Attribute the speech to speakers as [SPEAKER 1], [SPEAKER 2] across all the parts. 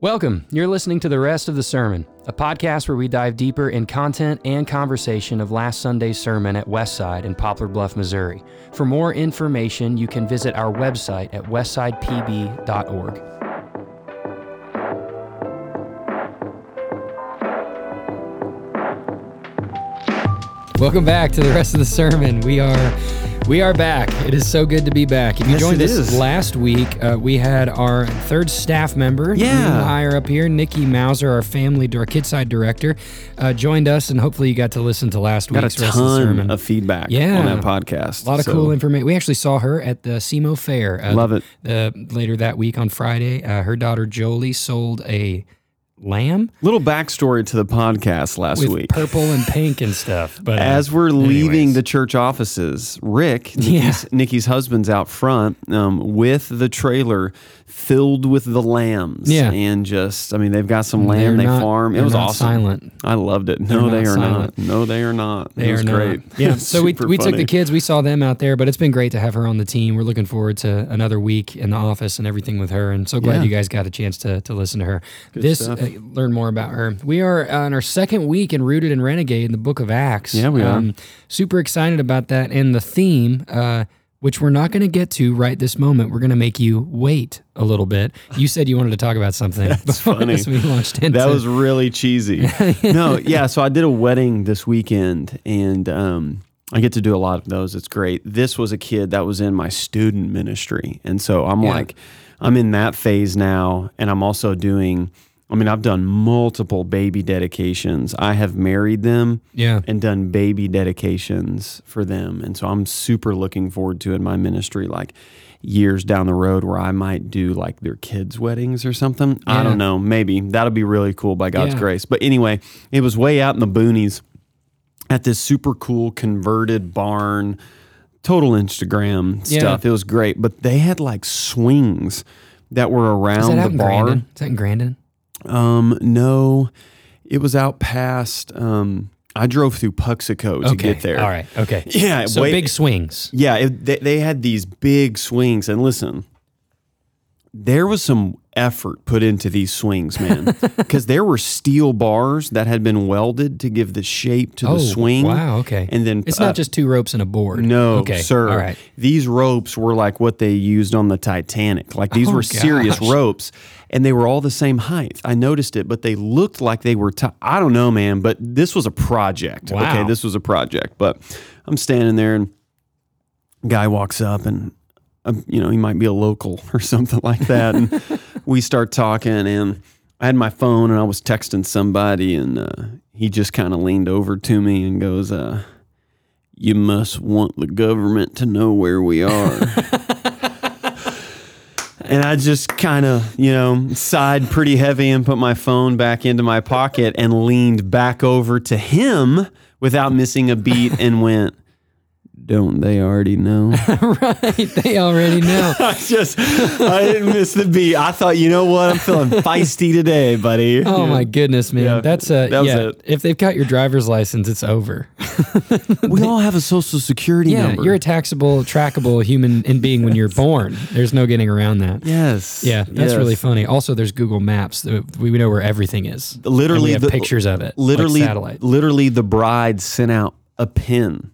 [SPEAKER 1] Welcome. You're listening to the rest of the sermon, a podcast where we dive deeper in content and conversation of last Sunday's sermon at Westside in Poplar Bluff, Missouri. For more information, you can visit our website at westsidepb.org. Welcome back to the rest of the sermon. We are we are back. It is so good to be back. If you
[SPEAKER 2] Yes,
[SPEAKER 1] joined
[SPEAKER 2] it
[SPEAKER 1] us
[SPEAKER 2] is.
[SPEAKER 1] last week, uh, we had our third staff member,
[SPEAKER 2] Yeah.
[SPEAKER 1] new hire up here, Nikki Mauser, our family our Kidside director, uh, joined us, and hopefully you got to listen to last
[SPEAKER 2] got a
[SPEAKER 1] week's rest of the sermon.
[SPEAKER 2] ton of feedback
[SPEAKER 1] Yeah.
[SPEAKER 2] on that podcast.
[SPEAKER 1] a lot of
[SPEAKER 2] So,
[SPEAKER 1] cool information. We actually saw her at the SEMO Fair. Uh,
[SPEAKER 2] Love it.
[SPEAKER 1] Uh, later that week on Friday, uh, her daughter Jolie sold a lamb
[SPEAKER 2] Little backstory to the podcast last
[SPEAKER 1] with
[SPEAKER 2] week.
[SPEAKER 1] purple and pink and stuff. But uh,
[SPEAKER 2] As we're leaving
[SPEAKER 1] anyways.
[SPEAKER 2] the church offices, Rick, Nikki's,
[SPEAKER 1] Yeah.
[SPEAKER 2] Nikki's husband's out front um, with the trailer filled with the lambs.
[SPEAKER 1] Yeah.
[SPEAKER 2] And just, I mean, they've got some
[SPEAKER 1] They're
[SPEAKER 2] lamb, they
[SPEAKER 1] not-
[SPEAKER 2] farm. It
[SPEAKER 1] they're
[SPEAKER 2] was
[SPEAKER 1] not
[SPEAKER 2] awesome.
[SPEAKER 1] Silent.
[SPEAKER 2] I loved it. No,
[SPEAKER 1] They're
[SPEAKER 2] they
[SPEAKER 1] not
[SPEAKER 2] are
[SPEAKER 1] silent.
[SPEAKER 2] not. No, they are not.
[SPEAKER 1] They
[SPEAKER 2] it was
[SPEAKER 1] are not.
[SPEAKER 2] great.
[SPEAKER 1] Yeah. So we,
[SPEAKER 2] Super
[SPEAKER 1] we took
[SPEAKER 2] funny.
[SPEAKER 1] the kids, we saw them out there, but it's been great to have her on the team. We're looking forward to another week in the office and everything with her. And so glad
[SPEAKER 2] Yeah.
[SPEAKER 1] you guys got a chance to, to listen to her. this,
[SPEAKER 2] stuff.
[SPEAKER 1] uh, learn more about her. We are on our second week in Rooted and Renegade in the book of Acts. Um,
[SPEAKER 2] Yeah, we are.
[SPEAKER 1] Super excited about that. And the theme, uh, which we're not going to get to right this moment. We're going to make you wait a little bit. You said you wanted to talk about something before
[SPEAKER 2] funny.
[SPEAKER 1] this we launched into.
[SPEAKER 2] That was really cheesy. no, yeah. So I did a wedding this weekend, and um, I get to do a lot of those. It's great. This was a kid that was in my student ministry, and so I'm
[SPEAKER 1] Yeah.
[SPEAKER 2] like, I'm in that phase now, and I'm also doing. I mean, I've done multiple baby dedications. I have married them
[SPEAKER 1] yeah.
[SPEAKER 2] and done baby dedications for them. And so I'm super looking forward to in my ministry, like years down the road, where I might do like their kids' weddings or something. I
[SPEAKER 1] Yeah.
[SPEAKER 2] don't know. Maybe that'll be really cool by God's
[SPEAKER 1] Yeah.
[SPEAKER 2] grace. But anyway, it was way out in the boonies at this super cool converted barn. Total Instagram
[SPEAKER 1] Yeah.
[SPEAKER 2] stuff. It was great, but they had like swings that were
[SPEAKER 1] Is that
[SPEAKER 2] around the
[SPEAKER 1] out in
[SPEAKER 2] barn.
[SPEAKER 1] Grandin? Is that in Grandin?
[SPEAKER 2] Um, no, it was out past. Um, I drove through Puxico to
[SPEAKER 1] Okay.
[SPEAKER 2] get there.
[SPEAKER 1] All right. Okay.
[SPEAKER 2] Yeah.
[SPEAKER 1] So
[SPEAKER 2] wait-
[SPEAKER 1] big swings.
[SPEAKER 2] Yeah. It, they, they had these big swings, and listen, there was some effort put into these swings, man, because there were steel bars that had been welded to give the shape to
[SPEAKER 1] oh,
[SPEAKER 2] the swing.
[SPEAKER 1] Wow. Okay.
[SPEAKER 2] And then
[SPEAKER 1] it's
[SPEAKER 2] uh,
[SPEAKER 1] not just two ropes and a board.
[SPEAKER 2] no,
[SPEAKER 1] Okay.
[SPEAKER 2] sir.
[SPEAKER 1] All right.
[SPEAKER 2] These ropes were like what they used on the Titanic. Like these
[SPEAKER 1] Oh,
[SPEAKER 2] were serious
[SPEAKER 1] gosh.
[SPEAKER 2] ropes, and they were all the same height. I noticed it, but they looked like they were. I I don't know, man. But this was a project.
[SPEAKER 1] Wow.
[SPEAKER 2] Okay, this was a project. But I'm standing there, and guy walks up, and um, you know he might be a local or something like that, and we start talking, and I had my phone, and I was texting somebody, and uh, he just kind of leaned over to me and goes. Uh, you must want the government to know where we are. and I just kind of, you know, sighed pretty heavy and put my phone back into my pocket and leaned back over to him without missing a beat and went, Don't they already know?
[SPEAKER 1] they already know.
[SPEAKER 2] I just, I didn't miss the beat. I thought, you know what? I'm feeling feisty today, buddy.
[SPEAKER 1] Oh my goodness, man.
[SPEAKER 2] Yeah,
[SPEAKER 1] That's a
[SPEAKER 2] that was
[SPEAKER 1] yeah.
[SPEAKER 2] it.
[SPEAKER 1] If they've got your driver's license, it's over.
[SPEAKER 2] We all have a social security
[SPEAKER 1] Yeah,
[SPEAKER 2] number.
[SPEAKER 1] you're a taxable, trackable human in being when you're born. There's no getting around that.
[SPEAKER 2] yes.
[SPEAKER 1] Yeah, that's
[SPEAKER 2] yes.
[SPEAKER 1] really funny. Also, there's Google Maps. uh, We know where everything is. And we
[SPEAKER 2] Literally
[SPEAKER 1] have
[SPEAKER 2] the-
[SPEAKER 1] pictures of it. like
[SPEAKER 2] literally
[SPEAKER 1] satellite.
[SPEAKER 2] literally the bride sent out a pin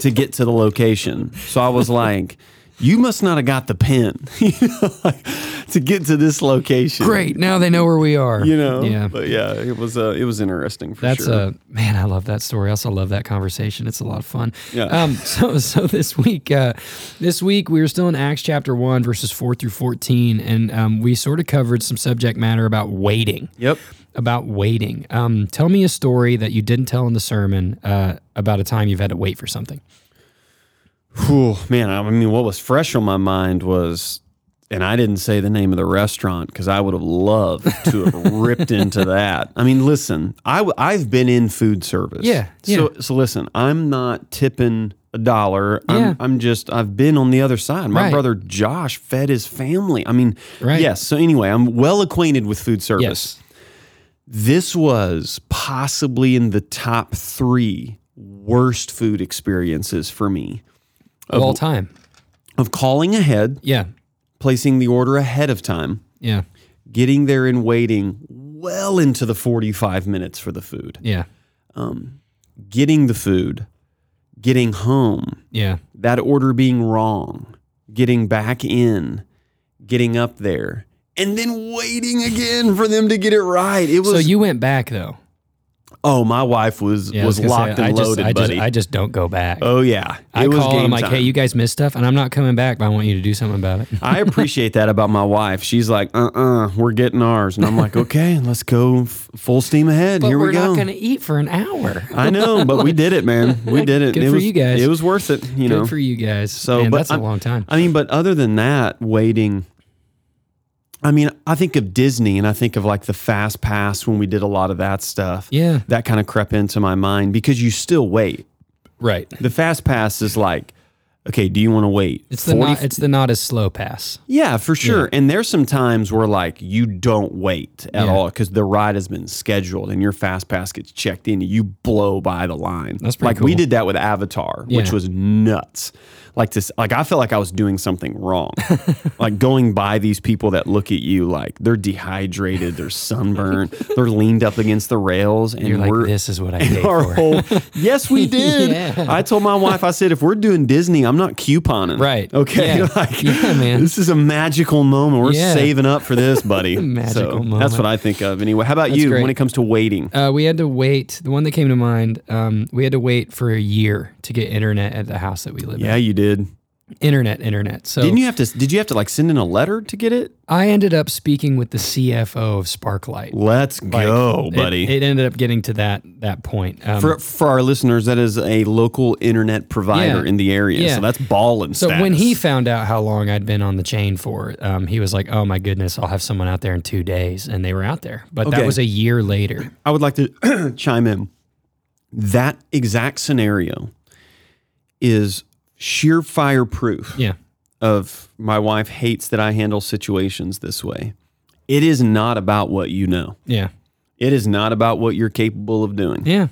[SPEAKER 2] to get to the location so i was like you must not have got the pin you know, like, to get to this location
[SPEAKER 1] Great. Now they know where we are.
[SPEAKER 2] you know
[SPEAKER 1] Yeah.
[SPEAKER 2] but yeah it was uh, it was interesting for
[SPEAKER 1] That's uh,
[SPEAKER 2] sure
[SPEAKER 1] a man. I love that story. I also love that conversation. It's a lot of fun.
[SPEAKER 2] Yeah.
[SPEAKER 1] Um. So so this week, uh, this week we were still in Acts chapter one, verses four through fourteen, and um, we sort of covered some subject matter about waiting.
[SPEAKER 2] yep
[SPEAKER 1] About waiting. Um. Tell me a story that you didn't tell in the sermon. Uh. About a time you've had to wait for something.
[SPEAKER 2] Whew, man i mean what was fresh on my mind was and i didn't say the name of the restaurant because i would have loved to have ripped into that i mean listen I, w- i've been in food service
[SPEAKER 1] Yeah,
[SPEAKER 2] so so listen i'm not tipping a dollar
[SPEAKER 1] Yeah.
[SPEAKER 2] I'm, I'm just i've been on the other side my
[SPEAKER 1] Right.
[SPEAKER 2] brother josh fed his family i mean
[SPEAKER 1] Right.
[SPEAKER 2] yes so anyway i'm well acquainted with food service this was possibly in the top three worst food experiences for me
[SPEAKER 1] Of all time.
[SPEAKER 2] of calling ahead
[SPEAKER 1] Yeah.
[SPEAKER 2] placing the order ahead of time,
[SPEAKER 1] Yeah.
[SPEAKER 2] getting there and waiting well into the 45 minutes for the food,
[SPEAKER 1] Yeah.
[SPEAKER 2] um, getting the food, getting home,
[SPEAKER 1] Yeah.
[SPEAKER 2] that order being wrong, getting back in, getting up there, and then waiting again for them to get it right. It was
[SPEAKER 1] so you went back though.
[SPEAKER 2] oh, my wife was
[SPEAKER 1] Yeah, I
[SPEAKER 2] was,
[SPEAKER 1] gonna
[SPEAKER 2] locked
[SPEAKER 1] say,
[SPEAKER 2] and
[SPEAKER 1] I just,
[SPEAKER 2] loaded,
[SPEAKER 1] I just,
[SPEAKER 2] buddy.
[SPEAKER 1] I just don't go back.
[SPEAKER 2] oh yeah, it
[SPEAKER 1] I
[SPEAKER 2] was
[SPEAKER 1] call
[SPEAKER 2] game
[SPEAKER 1] and I'm like,
[SPEAKER 2] time.
[SPEAKER 1] hey, you guys missed stuff, and I'm not coming back, but I want you to do something about it.
[SPEAKER 2] I appreciate that about my wife. She's like, uh, uh-uh, uh, we are getting ours, and I'm like, okay, let's go f- full steam ahead. Here we go.
[SPEAKER 1] to eat for an hour.
[SPEAKER 2] I know, but we did it, man. We did it.
[SPEAKER 1] Good
[SPEAKER 2] it
[SPEAKER 1] for
[SPEAKER 2] was,
[SPEAKER 1] you guys.
[SPEAKER 2] It was worth it, you know.
[SPEAKER 1] Good for you guys.
[SPEAKER 2] So,
[SPEAKER 1] Man,
[SPEAKER 2] but
[SPEAKER 1] that's a
[SPEAKER 2] I'm-
[SPEAKER 1] long time.
[SPEAKER 2] I mean, but other than that, waiting. I mean, I think of Disney and I think of like the fast pass when we did a lot of that stuff.
[SPEAKER 1] Yeah.
[SPEAKER 2] That kind of crept into my mind because you still wait.
[SPEAKER 1] Right.
[SPEAKER 2] The fast pass is like, okay, do you want to wait?
[SPEAKER 1] It's the
[SPEAKER 2] 40
[SPEAKER 1] not, it's the not as slow pass.
[SPEAKER 2] yeah, for sure. And there's some times where like you don't wait at all because the ride has been scheduled and your fast pass gets checked in. You blow by the line.
[SPEAKER 1] That's pretty
[SPEAKER 2] like we
[SPEAKER 1] cool.
[SPEAKER 2] did that with Avatar,
[SPEAKER 1] Yeah.
[SPEAKER 2] which was nuts. Like this, like I felt like I was doing something wrong. like going by these people that look at you like they're dehydrated, they're sunburned, they're leaned up against the rails, and
[SPEAKER 1] You're
[SPEAKER 2] we're
[SPEAKER 1] like, this is what I paid
[SPEAKER 2] our
[SPEAKER 1] for.
[SPEAKER 2] whole yes we did
[SPEAKER 1] Yeah.
[SPEAKER 2] i told my wife i said if we're doing disney i'm not couponing
[SPEAKER 1] Right.
[SPEAKER 2] okay
[SPEAKER 1] Yeah.
[SPEAKER 2] like
[SPEAKER 1] Yeah, man.
[SPEAKER 2] this is a magical moment we're
[SPEAKER 1] Yeah.
[SPEAKER 2] saving up for this buddy
[SPEAKER 1] Magical
[SPEAKER 2] so
[SPEAKER 1] moment.
[SPEAKER 2] that's what i think of anyway how about you
[SPEAKER 1] great.
[SPEAKER 2] when it comes to waiting
[SPEAKER 1] Uh, we had to wait. The one that came to mind, um, we had to wait for a year to get internet at the house that we live
[SPEAKER 2] yeah you did
[SPEAKER 1] in. Internet, internet. So
[SPEAKER 2] didn't you have to did you have to like send in a letter to get it
[SPEAKER 1] I ended up speaking with the CFO of Sparklight.
[SPEAKER 2] let's go
[SPEAKER 1] It-
[SPEAKER 2] buddy
[SPEAKER 1] It, ended up getting to that that point. Um,
[SPEAKER 2] for, for our listeners, that is a local internet provider
[SPEAKER 1] Yeah.
[SPEAKER 2] in the area,
[SPEAKER 1] Yeah.
[SPEAKER 2] so that's ballin'
[SPEAKER 1] so
[SPEAKER 2] status.
[SPEAKER 1] when he found out how long I'd been on the chain for, um, he was like, "Oh my goodness, I'll have someone out there in two days," and they were out there. But that
[SPEAKER 2] Okay.
[SPEAKER 1] was a year later.
[SPEAKER 2] I would like to chime in. That exact scenario is sheer fireproof
[SPEAKER 1] Yeah,
[SPEAKER 2] of my wife hates that I handle situations this way. It is not about what you know.
[SPEAKER 1] yeah,
[SPEAKER 2] It is not about what you're capable of doing.
[SPEAKER 1] yeah,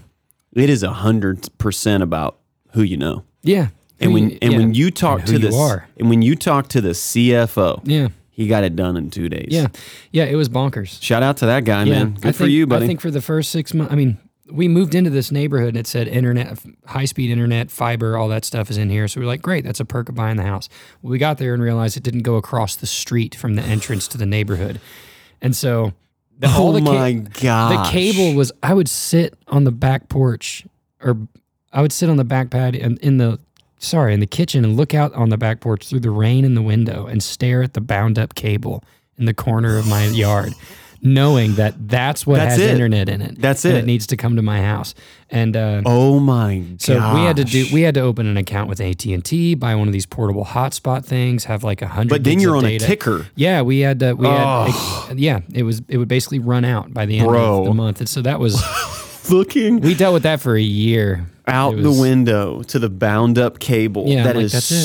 [SPEAKER 2] It is a hundred percent about who you know.
[SPEAKER 1] yeah.
[SPEAKER 2] And when
[SPEAKER 1] Who-
[SPEAKER 2] and
[SPEAKER 1] yeah.
[SPEAKER 2] when you talk
[SPEAKER 1] And who
[SPEAKER 2] to the
[SPEAKER 1] you are.
[SPEAKER 2] and when you talk to the CFO,
[SPEAKER 1] yeah,
[SPEAKER 2] he got it done in two days.
[SPEAKER 1] yeah, yeah, it was bonkers.
[SPEAKER 2] Shout out to that guy,
[SPEAKER 1] Yeah,
[SPEAKER 2] man. Good
[SPEAKER 1] I
[SPEAKER 2] for
[SPEAKER 1] think-
[SPEAKER 2] you, buddy.
[SPEAKER 1] I think for the first six months, I mean, we moved into this neighborhood and it said internet, high speed internet, fiber, all that stuff is in here. So we are like, great, that's a perk of buying the house. We got there and realized it didn't go across the street from the entrance to the neighborhood, and so the,
[SPEAKER 2] oh
[SPEAKER 1] all the ca-
[SPEAKER 2] my
[SPEAKER 1] the
[SPEAKER 2] god.
[SPEAKER 1] cable was. I would sit on the back porch, or I would sit on the back pad and in the sorry in the kitchen and look out on the back porch through the rain in the window and stare at the bound up cable in the corner of my yard. Knowing that that's what
[SPEAKER 2] That's
[SPEAKER 1] has
[SPEAKER 2] it.
[SPEAKER 1] internet in it.
[SPEAKER 2] That's
[SPEAKER 1] and
[SPEAKER 2] it.
[SPEAKER 1] It needs to come to my house, and uh,
[SPEAKER 2] Oh my god.
[SPEAKER 1] so we had to do. We had to open an account with AT and T, buy one of these portable hotspot things, have like a hundred.
[SPEAKER 2] But then
[SPEAKER 1] gigs
[SPEAKER 2] you're
[SPEAKER 1] of
[SPEAKER 2] on
[SPEAKER 1] data.
[SPEAKER 2] a ticker.
[SPEAKER 1] Yeah, we had to. We had, yeah, it was. It would basically run out by the end
[SPEAKER 2] Bro.
[SPEAKER 1] of the month, and so that was.
[SPEAKER 2] Looking
[SPEAKER 1] We dealt with that for a year.
[SPEAKER 2] out
[SPEAKER 1] It was-
[SPEAKER 2] the window to the bound up cable
[SPEAKER 1] Yeah,
[SPEAKER 2] that
[SPEAKER 1] I'm like,
[SPEAKER 2] is
[SPEAKER 1] "That's it."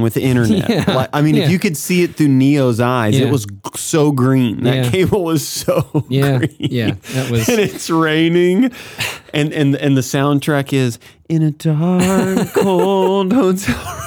[SPEAKER 2] with internet.
[SPEAKER 1] Yeah,
[SPEAKER 2] Like, I mean,
[SPEAKER 1] yeah.
[SPEAKER 2] if you could see it through Neo's eyes,
[SPEAKER 1] Yeah.
[SPEAKER 2] it was g- so green. That
[SPEAKER 1] Yeah.
[SPEAKER 2] cable was so
[SPEAKER 1] Yeah,
[SPEAKER 2] green.
[SPEAKER 1] yeah, that was-
[SPEAKER 2] and it's raining, and and and the soundtrack is in a dark, cold hotel. room."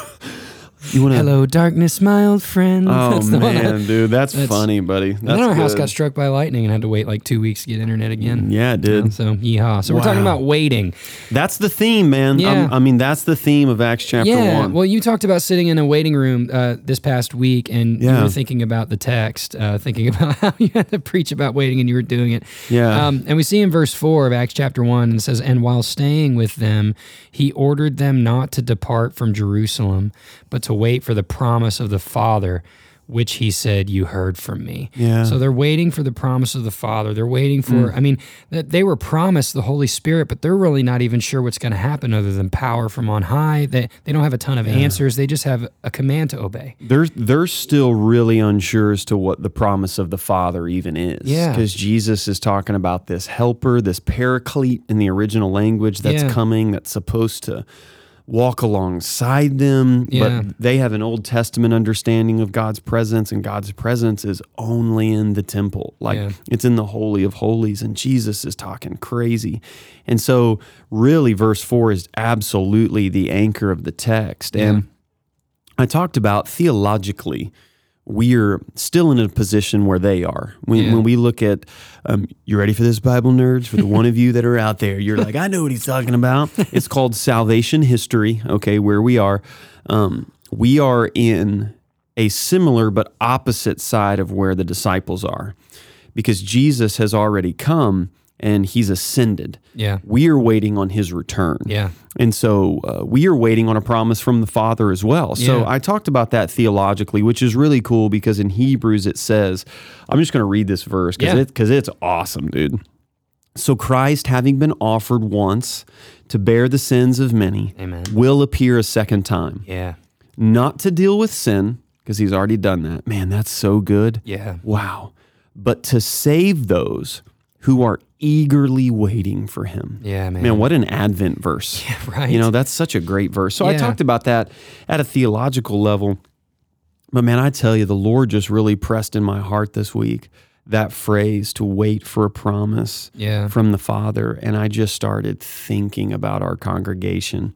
[SPEAKER 2] You want to?
[SPEAKER 1] Hello, darkness, my old friend.
[SPEAKER 2] Oh
[SPEAKER 1] That's the one I-
[SPEAKER 2] man, dude, that's, funny, buddy. That's
[SPEAKER 1] and then our house
[SPEAKER 2] good.
[SPEAKER 1] got struck by lightning and had to wait like two weeks to get internet again.
[SPEAKER 2] Yeah, it did.
[SPEAKER 1] So yeehaw. So we're talking
[SPEAKER 2] Wow.
[SPEAKER 1] about waiting.
[SPEAKER 2] That's the theme, man.
[SPEAKER 1] Yeah.
[SPEAKER 2] I'm- I mean, that's the theme of Acts chapter
[SPEAKER 1] yeah.
[SPEAKER 2] one.
[SPEAKER 1] Well, you talked about sitting in a waiting room uh, this past week, and you
[SPEAKER 2] Yeah.
[SPEAKER 1] were thinking about the text, uh, thinking about how you had to preach about waiting, and you were doing it.
[SPEAKER 2] Yeah.
[SPEAKER 1] Um, and we see in verse four of Acts chapter one, and it says, "And while staying with them, he ordered them not to depart from Jerusalem, but to wait for the promise of the Father." Which he said, You heard from me.
[SPEAKER 2] Yeah.
[SPEAKER 1] So they're waiting for the promise of the Father. They're waiting for, I mean, that they were promised the Holy Spirit, but they're really not even sure what's going to happen other than power from on high. They, they don't have a ton of answers. They just have a command to obey.
[SPEAKER 2] they're they're still really unsure as to what the promise of the father even is
[SPEAKER 1] Yeah.
[SPEAKER 2] because jesus is talking about this helper this paraclete in the original language that's
[SPEAKER 1] Yeah.
[SPEAKER 2] coming that's supposed to walk alongside them
[SPEAKER 1] Yeah.
[SPEAKER 2] but they have an old testament understanding of god's presence and god's presence is only in the temple like
[SPEAKER 1] Yeah.
[SPEAKER 2] it's in the holy of holies and jesus is talking crazy and so really verse 4 is absolutely the anchor of the text and I talked about theologically we're still in a position where they are. When,
[SPEAKER 1] Yeah.
[SPEAKER 2] when we look at, um, you ready for this, Bible nerds? For the one of you that are out there, you're like, I know what he's talking about. It's called salvation history, okay, where we are. Um, we are in a similar but opposite side of where the disciples are because Jesus has already come and he's ascended.
[SPEAKER 1] Yeah.
[SPEAKER 2] We are waiting on his return.
[SPEAKER 1] Yeah.
[SPEAKER 2] And so uh, we are waiting on a promise from the Father as well. So
[SPEAKER 1] Yeah.
[SPEAKER 2] I talked about that theologically, which is really cool because in Hebrews it says, I'm just going to read this verse because
[SPEAKER 1] Yeah.
[SPEAKER 2] it's awesome, dude. So Christ, having been offered once to bear the sins of many,
[SPEAKER 1] Amen.
[SPEAKER 2] will appear a second time,
[SPEAKER 1] Yeah.
[SPEAKER 2] not to deal with sin, because he's already done that. Man, that's so good.
[SPEAKER 1] Yeah.
[SPEAKER 2] Wow. But to save those who are eagerly waiting for him.
[SPEAKER 1] Yeah, man.
[SPEAKER 2] Man, what an Advent verse.
[SPEAKER 1] right.
[SPEAKER 2] You know, that's such a great verse. So I
[SPEAKER 1] Yeah.
[SPEAKER 2] talked about that at a theological level. But man, I tell you, the Lord just really pressed in my heart this week that phrase to wait for a promise
[SPEAKER 1] Yeah.
[SPEAKER 2] from the Father. And I just started thinking about our congregation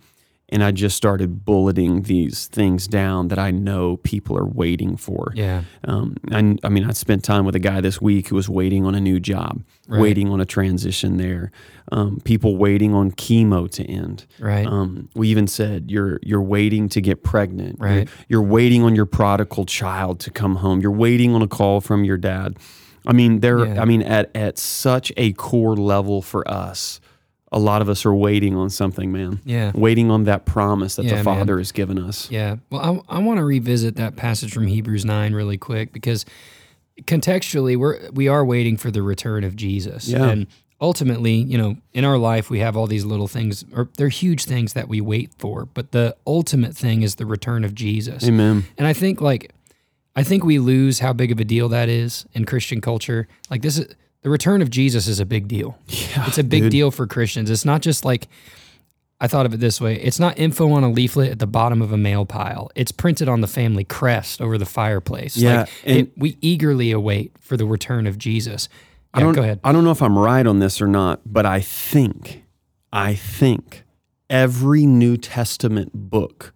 [SPEAKER 2] and I just started bulleting these things down that I know people are waiting for.
[SPEAKER 1] Yeah.
[SPEAKER 2] Um, I, I mean, I spent time with a guy this week who was waiting on a new job, waiting on a transition there, um, people waiting on chemo to end.
[SPEAKER 1] Right.
[SPEAKER 2] Um, we even said you're you're waiting to get pregnant. You're-
[SPEAKER 1] Right.
[SPEAKER 2] You're, waiting on your prodigal child to come home. You're waiting on a call from your dad. I mean, there.
[SPEAKER 1] Yeah.
[SPEAKER 2] I mean, at at such a core level for us, a lot of us are waiting on something, man.
[SPEAKER 1] Yeah.
[SPEAKER 2] Waiting on that promise that
[SPEAKER 1] Yeah,
[SPEAKER 2] the
[SPEAKER 1] man.
[SPEAKER 2] Father has given us.
[SPEAKER 1] Yeah. Well, I, I want to revisit that passage from Hebrews 9 really quick because contextually we're we are waiting for the return of Jesus.
[SPEAKER 2] Yeah.
[SPEAKER 1] And ultimately, you know, in our life we have all these little things or they're huge things that we wait for, but the ultimate thing is the return of Jesus.
[SPEAKER 2] Amen.
[SPEAKER 1] And I think like I think we lose how big of a deal that is in Christian culture. Like this is the return of Jesus is a big deal.
[SPEAKER 2] Yeah,
[SPEAKER 1] It's a big
[SPEAKER 2] dude.
[SPEAKER 1] deal for Christians. It's not just like I thought of it this way. It's not info on a leaflet at the bottom of a mail pile. It's printed on the family crest over the fireplace.
[SPEAKER 2] Yeah,
[SPEAKER 1] like
[SPEAKER 2] and-
[SPEAKER 1] it, we eagerly await for the return of Jesus. Yeah,
[SPEAKER 2] I don't,
[SPEAKER 1] go ahead.
[SPEAKER 2] I don't know if I'm right on this or not, but I think, I think every New Testament book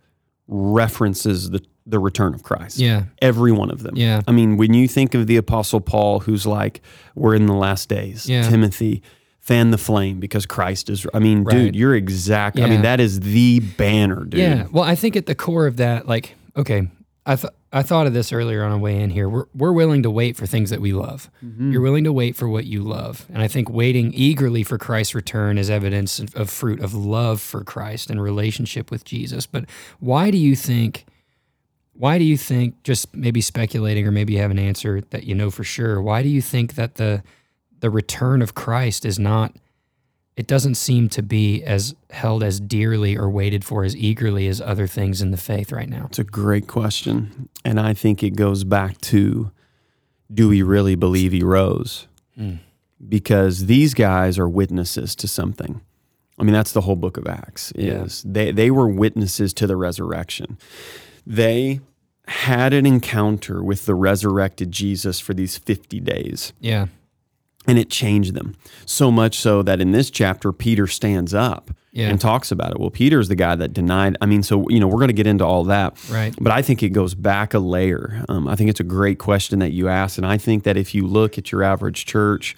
[SPEAKER 2] references the, the return of Christ.
[SPEAKER 1] Yeah,
[SPEAKER 2] Every one of them.
[SPEAKER 1] Yeah.
[SPEAKER 2] I mean, when you think of the Apostle Paul, who's like, we're in the last days,
[SPEAKER 1] Yeah.
[SPEAKER 2] Timothy, fan the flame because Christ is, I mean,
[SPEAKER 1] Right.
[SPEAKER 2] dude, you're exact. I
[SPEAKER 1] Yeah.
[SPEAKER 2] mean, that is the banner, dude.
[SPEAKER 1] yeah. Well, I think at the core of that, like, okay, I th- I thought of this earlier on a way in here. We're we're willing to wait for things that we love. You're willing to wait for what you love, and I think waiting eagerly for Christ's return is evidence of- of fruit of love for Christ and relationship with Jesus. But why do you think? Why do you think, just maybe speculating or maybe you have an answer that you know for sure, why do you think that the the return of Christ is not it doesn't seem to be as held as dearly or waited for as eagerly as other things in the faith right now?
[SPEAKER 2] It's a great question. And I think it goes back to do we really believe he rose? Because these guys are witnesses to something. I mean, that's the whole book of Acts is they, they were witnesses to the resurrection. They had an encounter with the resurrected Jesus for these 50 days
[SPEAKER 1] Yeah.
[SPEAKER 2] and it changed them so much so that in this chapter peter stands up
[SPEAKER 1] Yeah.
[SPEAKER 2] and talks about it well peter's the guy that denied i mean so you know we're going to get into all that
[SPEAKER 1] Right.
[SPEAKER 2] but i think it goes back a layer um, i think it's a great question that you asked and i think that if you look at your average church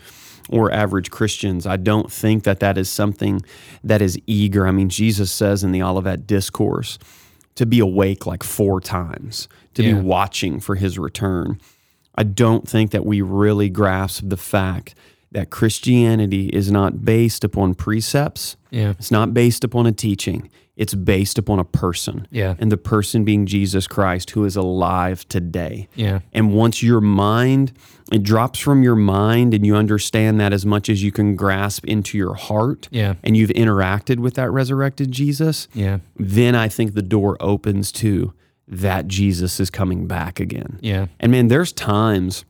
[SPEAKER 2] or average christians i don't think that that is something that is eager i mean jesus says in the olivet discourse to be awake like four times to
[SPEAKER 1] Yeah.
[SPEAKER 2] be watching for his return I don't think that we really grasp the fact that Christianity is not based upon precepts.
[SPEAKER 1] Yeah.
[SPEAKER 2] It's not based upon a teaching. It's based upon a person.
[SPEAKER 1] Yeah.
[SPEAKER 2] And the person being Jesus Christ, who is alive today.
[SPEAKER 1] Yeah.
[SPEAKER 2] And once your mind, it drops from your mind and you understand that as much as you can grasp into your heart,
[SPEAKER 1] Yeah.
[SPEAKER 2] and you've interacted with that resurrected Jesus,
[SPEAKER 1] Yeah.
[SPEAKER 2] then I think the door opens to that Jesus is coming back again.
[SPEAKER 1] Yeah.
[SPEAKER 2] And man, there's times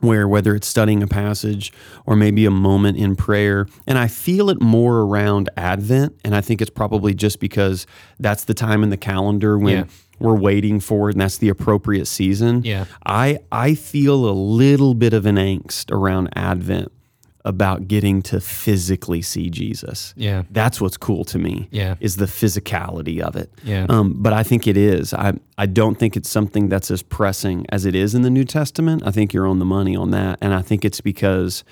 [SPEAKER 2] where whether it's studying a passage or maybe a moment in prayer, and I feel it more around Advent, and I think it's probably just because that's the time in the calendar when
[SPEAKER 1] Yeah.
[SPEAKER 2] we're waiting for it and that's the appropriate season.
[SPEAKER 1] Yeah.
[SPEAKER 2] I I feel a little bit of an angst around Advent about getting to physically see Jesus.
[SPEAKER 1] Yeah.
[SPEAKER 2] That's what's cool to me.
[SPEAKER 1] Yeah.
[SPEAKER 2] Is the physicality of it.
[SPEAKER 1] Yeah.
[SPEAKER 2] Um, but I think it is. I I don't think it's something that's as pressing as it is in the New Testament. I think you're on the money on that, and I think it's because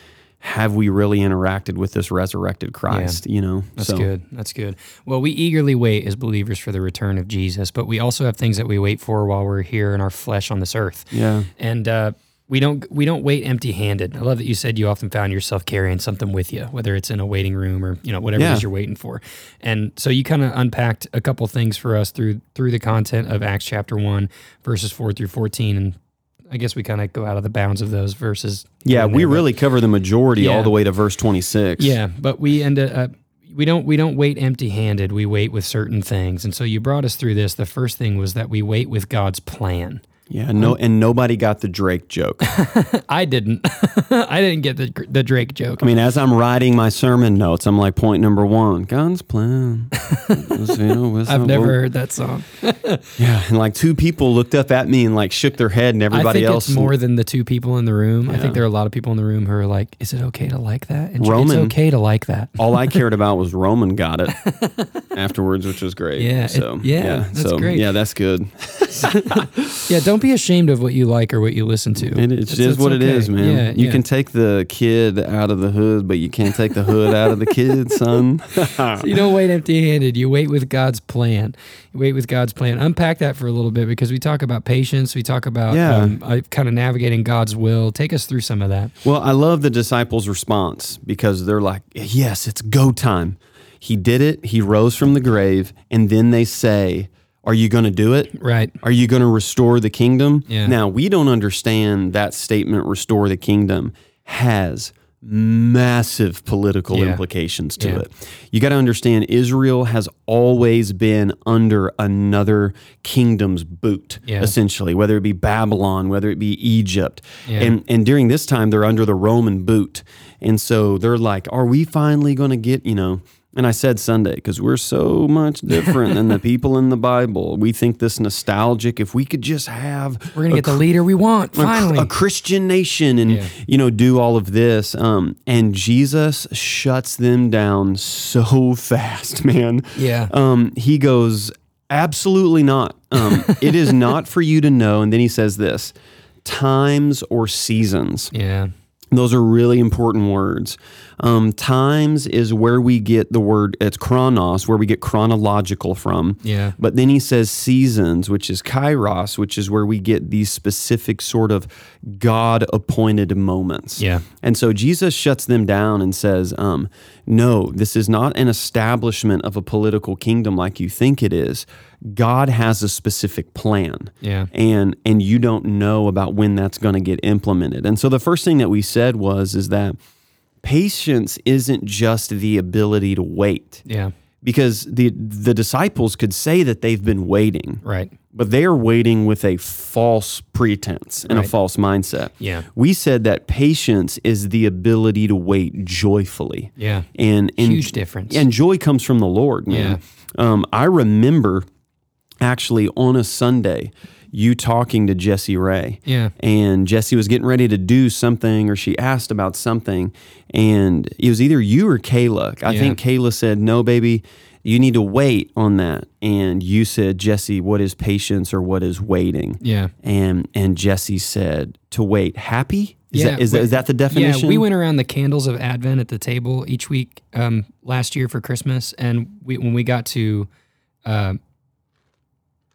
[SPEAKER 2] have we really interacted with this resurrected Christ? You know,
[SPEAKER 1] That's good. That's good. Well, we eagerly wait as believers for the return of Jesus, but we also have things that we wait for while we're here in our flesh on this earth.
[SPEAKER 2] Yeah.
[SPEAKER 1] And uh, we don't we don't wait empty-handed. I love that you said you often found yourself carrying something with you, whether it's in a waiting room or you know whatever it
[SPEAKER 2] Yeah.
[SPEAKER 1] is you're waiting for. And so you kind of unpacked a couple things for us through through the content of Acts chapter one, verses four through fourteen, and I guess we kind of go out of the bounds of those verses.
[SPEAKER 2] Yeah, we
[SPEAKER 1] really.
[SPEAKER 2] really cover the majority
[SPEAKER 1] Yeah.
[SPEAKER 2] all the way to verse 26.
[SPEAKER 1] Yeah, but we end up. Uh, we don't we don't wait empty-handed. We wait with certain things. And so you brought us through this. The first thing was that we wait with God's plan.
[SPEAKER 2] Yeah,
[SPEAKER 1] Um,
[SPEAKER 2] no and nobody got the Drake joke.
[SPEAKER 1] I didn't. I didn't get the the Drake joke.
[SPEAKER 2] I mean, as I'm writing my sermon notes, I'm like point number 1, God's plan. I've
[SPEAKER 1] I've never heard that song.
[SPEAKER 2] Yeah, and like two people looked up at me and like shook their head and
[SPEAKER 1] I
[SPEAKER 2] everybody
[SPEAKER 1] think
[SPEAKER 2] else
[SPEAKER 1] it's more than the two people in the room. I
[SPEAKER 2] Yeah.
[SPEAKER 1] think there are a lot of people in the room who are like, "Is it okay to like that?" And
[SPEAKER 2] Roman-
[SPEAKER 1] it's okay to like that.
[SPEAKER 2] all I cared about was Roman got it afterwards, which was great.
[SPEAKER 1] Yeah, it-
[SPEAKER 2] So,
[SPEAKER 1] yeah, that's
[SPEAKER 2] so,
[SPEAKER 1] great.
[SPEAKER 2] Yeah, that's good.
[SPEAKER 1] Yeah, don't be ashamed of what you like or what you listen to.
[SPEAKER 2] It, it's, just what it
[SPEAKER 1] okay.
[SPEAKER 2] is, man.
[SPEAKER 1] Yeah,
[SPEAKER 2] you
[SPEAKER 1] yeah.
[SPEAKER 2] can take the kid out of the hood, but you can't take the hood out of the kid, son.
[SPEAKER 1] So you don't wait empty handed. You wait with God's plan. You wait with God's plan. Unpack that for a little bit because we talk about patience. We talk about
[SPEAKER 2] Yeah.
[SPEAKER 1] um, uh, kind of navigating God's will. Take us through some of that.
[SPEAKER 2] Well, I love the disciples' response because they're like, yes, it's go time. He did it. He rose from the grave. And then they say, Are you going to do it?
[SPEAKER 1] Right.
[SPEAKER 2] Are you going to restore the kingdom?
[SPEAKER 1] Yeah.
[SPEAKER 2] Now, we don't understand that statement, restore the kingdom, has massive political
[SPEAKER 1] Yeah.
[SPEAKER 2] implications to
[SPEAKER 1] Yeah.
[SPEAKER 2] it. You got to understand Israel has always been under another kingdom's boot,
[SPEAKER 1] Yeah.
[SPEAKER 2] essentially, whether it be Babylon, whether it be Egypt.
[SPEAKER 1] Yeah.
[SPEAKER 2] And, and during this time, they're under the Roman boot. And so they're like, are we finally going to get, you know, and I said Sunday because we're so much different than the people in the Bible. We think this nostalgic, if we could just have
[SPEAKER 1] We're going to get the leader we want.
[SPEAKER 2] a cr-
[SPEAKER 1] Finally.
[SPEAKER 2] a Christian nation and
[SPEAKER 1] Yeah.
[SPEAKER 2] you know do all of this um and Jesus shuts them down so fast man
[SPEAKER 1] Yeah.
[SPEAKER 2] um he goes absolutely not um it is not for you to know and then he says this times or seasons
[SPEAKER 1] yeah.
[SPEAKER 2] those are really important words. Um, times is where we get the word, it's chronos, where we get chronological from.
[SPEAKER 1] Yeah.
[SPEAKER 2] But then he says seasons, which is kairos, which is where we get these specific sort of God appointed moments.
[SPEAKER 1] Yeah.
[SPEAKER 2] And so Jesus shuts them down and says, um, No, this is not an establishment of a political kingdom like you think it is. God has a specific plan
[SPEAKER 1] Yeah.
[SPEAKER 2] and and you don't know about when that's going to get implemented. And so the first thing that we said was is that patience isn't just the ability to wait
[SPEAKER 1] Yeah.
[SPEAKER 2] because the the disciples could say that they've been waiting,
[SPEAKER 1] Right.
[SPEAKER 2] but they are waiting with a false pretense and a
[SPEAKER 1] Right.
[SPEAKER 2] false mindset.
[SPEAKER 1] Yeah.
[SPEAKER 2] We said that patience is the ability to wait joyfully.
[SPEAKER 1] Yeah.
[SPEAKER 2] And, and
[SPEAKER 1] Huge difference.
[SPEAKER 2] and joy comes from the Lord, man. Um, I remember actually on a Sunday, you talking to Jesse Ray.
[SPEAKER 1] Yeah.
[SPEAKER 2] And Jesse was getting ready to do something, or she asked about something. And it was either you or Kayla. I think Kayla said, No, baby, you need to wait on that. And you said, Jesse, what is patience or what is waiting?
[SPEAKER 1] Yeah.
[SPEAKER 2] And and Jesse said, To wait, happy? Is,
[SPEAKER 1] Yeah,
[SPEAKER 2] that, is, that,
[SPEAKER 1] wait.
[SPEAKER 2] is that the definition?
[SPEAKER 1] Yeah, we went around the candles of Advent at the table each week um, last year for Christmas, and we when we got to, uh,